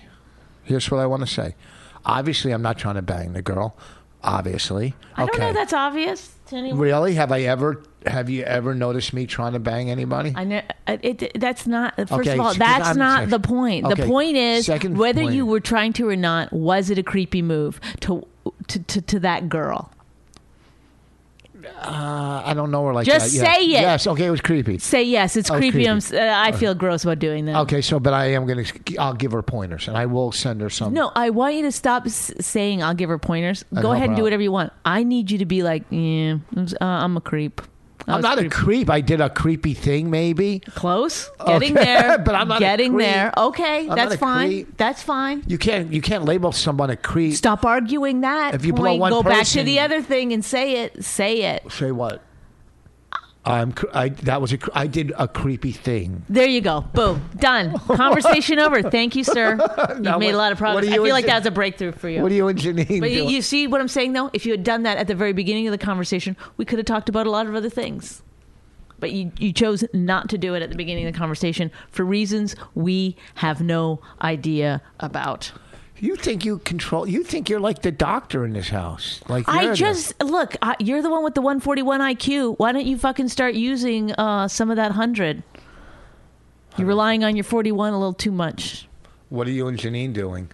Speaker 2: Here's what I want to say. Obviously, I'm not trying to bang the girl. Obviously.
Speaker 1: I don't
Speaker 2: okay.
Speaker 1: know. if That's obvious to anyone.
Speaker 2: Really? Have I ever? Have you ever noticed me trying to bang anybody?
Speaker 1: I know uh, it, it- That's not. First
Speaker 2: Okay,
Speaker 1: of all,
Speaker 2: so-
Speaker 1: that's
Speaker 2: I'm-
Speaker 1: not
Speaker 2: second-
Speaker 1: the point.
Speaker 2: okay,
Speaker 1: The point is
Speaker 2: second
Speaker 1: whether
Speaker 2: point.
Speaker 1: you were trying to or not. Was it a creepy move to to to, to that girl?
Speaker 2: I don't know her like
Speaker 1: Just
Speaker 2: that. Yeah.
Speaker 1: say it.
Speaker 2: Yes. Okay. It was creepy.
Speaker 1: Say yes. It's
Speaker 2: Oh,
Speaker 1: creepy.
Speaker 2: creepy.
Speaker 1: I'm, s- uh, I feel gross about doing that.
Speaker 2: Okay. So, but I am gonna. I'll give her pointers, and I will send her some.
Speaker 1: No, I want you to stop s- saying I'll give her pointers. Go
Speaker 2: help
Speaker 1: ahead
Speaker 2: her
Speaker 1: and do
Speaker 2: out.
Speaker 1: whatever you want. I need you to be like, yeah, I'm, s- uh, I'm a creep. I
Speaker 2: I'm
Speaker 1: was
Speaker 2: not
Speaker 1: creepy.
Speaker 2: a creep. I did a creepy thing, maybe.
Speaker 1: Close, getting
Speaker 2: Okay,
Speaker 1: there,
Speaker 2: but I'm not a
Speaker 1: getting
Speaker 2: creep.
Speaker 1: there. Okay,
Speaker 2: not
Speaker 1: that's
Speaker 2: a
Speaker 1: fine.
Speaker 2: creep.
Speaker 1: That's fine.
Speaker 2: You can't. You can't label someone a creep.
Speaker 1: Stop arguing that.
Speaker 2: If you blow
Speaker 1: point.
Speaker 2: one
Speaker 1: go back to
Speaker 2: person-
Speaker 1: the other thing and say it. Say it.
Speaker 2: Say what? I'm. cr- I that was a. cr- I did a creepy thing.
Speaker 1: There you go. Boom. Done. Conversation over. Thank you, sir. You've
Speaker 2: Now
Speaker 1: made
Speaker 2: what-
Speaker 1: a lot of
Speaker 2: what
Speaker 1: progress.
Speaker 2: do
Speaker 1: I
Speaker 2: you
Speaker 1: feel like
Speaker 2: insi-
Speaker 1: that was a breakthrough for you.
Speaker 2: What do you and Janine
Speaker 1: but you,
Speaker 2: doing?
Speaker 1: you see what I'm saying, though? If you had done that at the very beginning of the conversation, we could have talked about a lot of other things. But you, you chose not to do it at the beginning of the conversation for reasons we have no idea about.
Speaker 2: You think you control? You think you're like the doctor in this house? Like you're
Speaker 1: I
Speaker 2: the-
Speaker 1: just look. I, you're the one with the 141 IQ. Why don't you fucking start using uh, some of that hundred? You're relying on your 41 a little too much.
Speaker 2: What are you and Janine doing?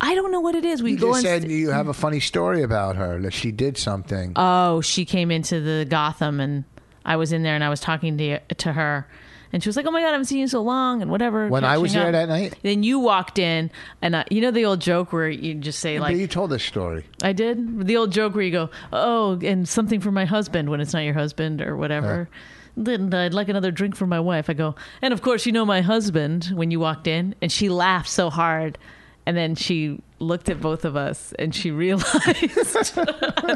Speaker 1: I don't know what it is. We
Speaker 2: You
Speaker 1: go
Speaker 2: just said
Speaker 1: and st-
Speaker 2: you have a funny story about her that she did something.
Speaker 1: oh, she came into the Gotham and I was in there and I was talking to to her and she was like, "Oh my god, I haven't seen you so long," and whatever.
Speaker 2: When I was
Speaker 1: catching
Speaker 2: there
Speaker 1: up.
Speaker 2: that night?
Speaker 1: then you walked in, and I, you know the old joke where you just say
Speaker 2: But you
Speaker 1: like,
Speaker 2: told this story.
Speaker 1: "I did." The old joke where you go, "Oh, and something for my husband" when it's not your husband or whatever. Then I'd like another drink for my wife. I go, and of course you know my husband when you walked in, and she laughed so hard, and then she looked at both of us and she realized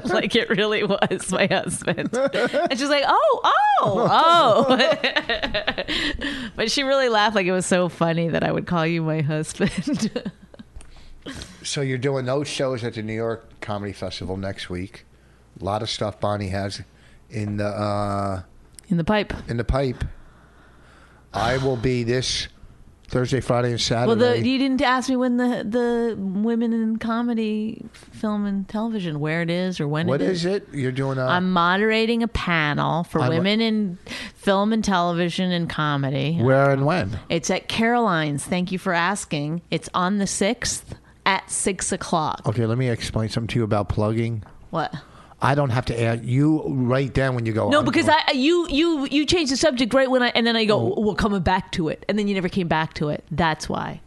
Speaker 1: like it really was my husband. And she's like, oh, oh, oh. but she really laughed like it was so funny that I would call you my husband.
Speaker 2: So you're doing those shows at the New York Comedy Festival next week. A lot of stuff Bonnie has in the uh,
Speaker 1: In the pipe.
Speaker 2: in the pipe. I will be this Thursday, Friday, and Saturday.
Speaker 1: Well, the, you didn't ask me when the the women in comedy, film and television, where it is or when
Speaker 2: what
Speaker 1: it
Speaker 2: is it? You're doing uh, a
Speaker 1: I'm moderating a panel for
Speaker 2: I wa-
Speaker 1: women in film and television and comedy.
Speaker 2: where and when?
Speaker 1: It's at Caroline's. Thank you for asking. It's on the sixth at six o'clock.
Speaker 2: Okay, let me explain something to you about plugging.
Speaker 1: What?
Speaker 2: I don't have to add you right down when you go.
Speaker 1: No,
Speaker 2: "I'm
Speaker 1: because
Speaker 2: doing-"
Speaker 1: I you you you changed the subject right when I and then I go well coming back to it and then you never came back to it. That's why.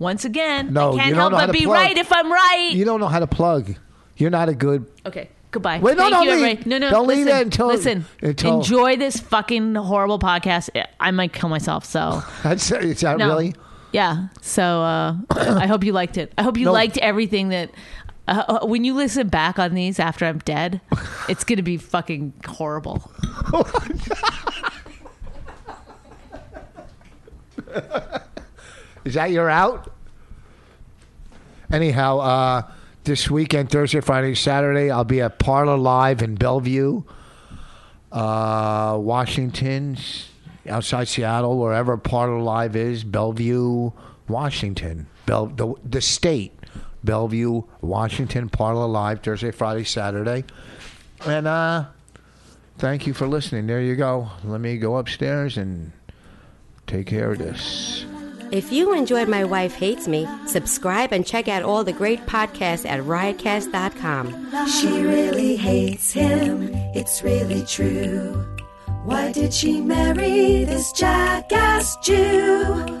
Speaker 1: Once again,
Speaker 2: No,
Speaker 1: I can't
Speaker 2: you don't
Speaker 1: help
Speaker 2: know how
Speaker 1: but
Speaker 2: to
Speaker 1: be
Speaker 2: plug.
Speaker 1: right if I'm right.
Speaker 2: you don't know how to plug. You're not a good.
Speaker 1: okay. Goodbye.
Speaker 2: Wait, no,
Speaker 1: Thank
Speaker 2: don't
Speaker 1: you,
Speaker 2: leave.
Speaker 1: everybody. No, no,
Speaker 2: Don't leave
Speaker 1: listen,
Speaker 2: it until-
Speaker 1: listen.
Speaker 2: until-
Speaker 1: Enjoy this fucking horrible podcast. I might kill myself. So
Speaker 2: That's is that
Speaker 1: No.
Speaker 2: really?
Speaker 1: Yeah. So uh, I hope you liked it. I hope you
Speaker 2: No.
Speaker 1: liked everything that. Uh, uh, when you listen back on these after I'm dead, it's going to be fucking horrible.
Speaker 2: Is that your out? Anyhow, uh, this weekend, Thursday, Friday, Saturday, I'll be at Parlor Live in Bellevue, uh, Washington, s- outside Seattle, wherever Parlor Live is, Bellevue, Washington, Bell, the, the state, Bellevue, Washington, Parlor Live, Thursday, Friday, Saturday. And uh, thank you for listening. There you go. Let me go upstairs and take care of this.
Speaker 4: If you enjoyed My Wife Hates Me, subscribe and check out all the great podcasts at riotcast.com.
Speaker 5: She really hates him, it's really true. Why did she marry this jackass Jew?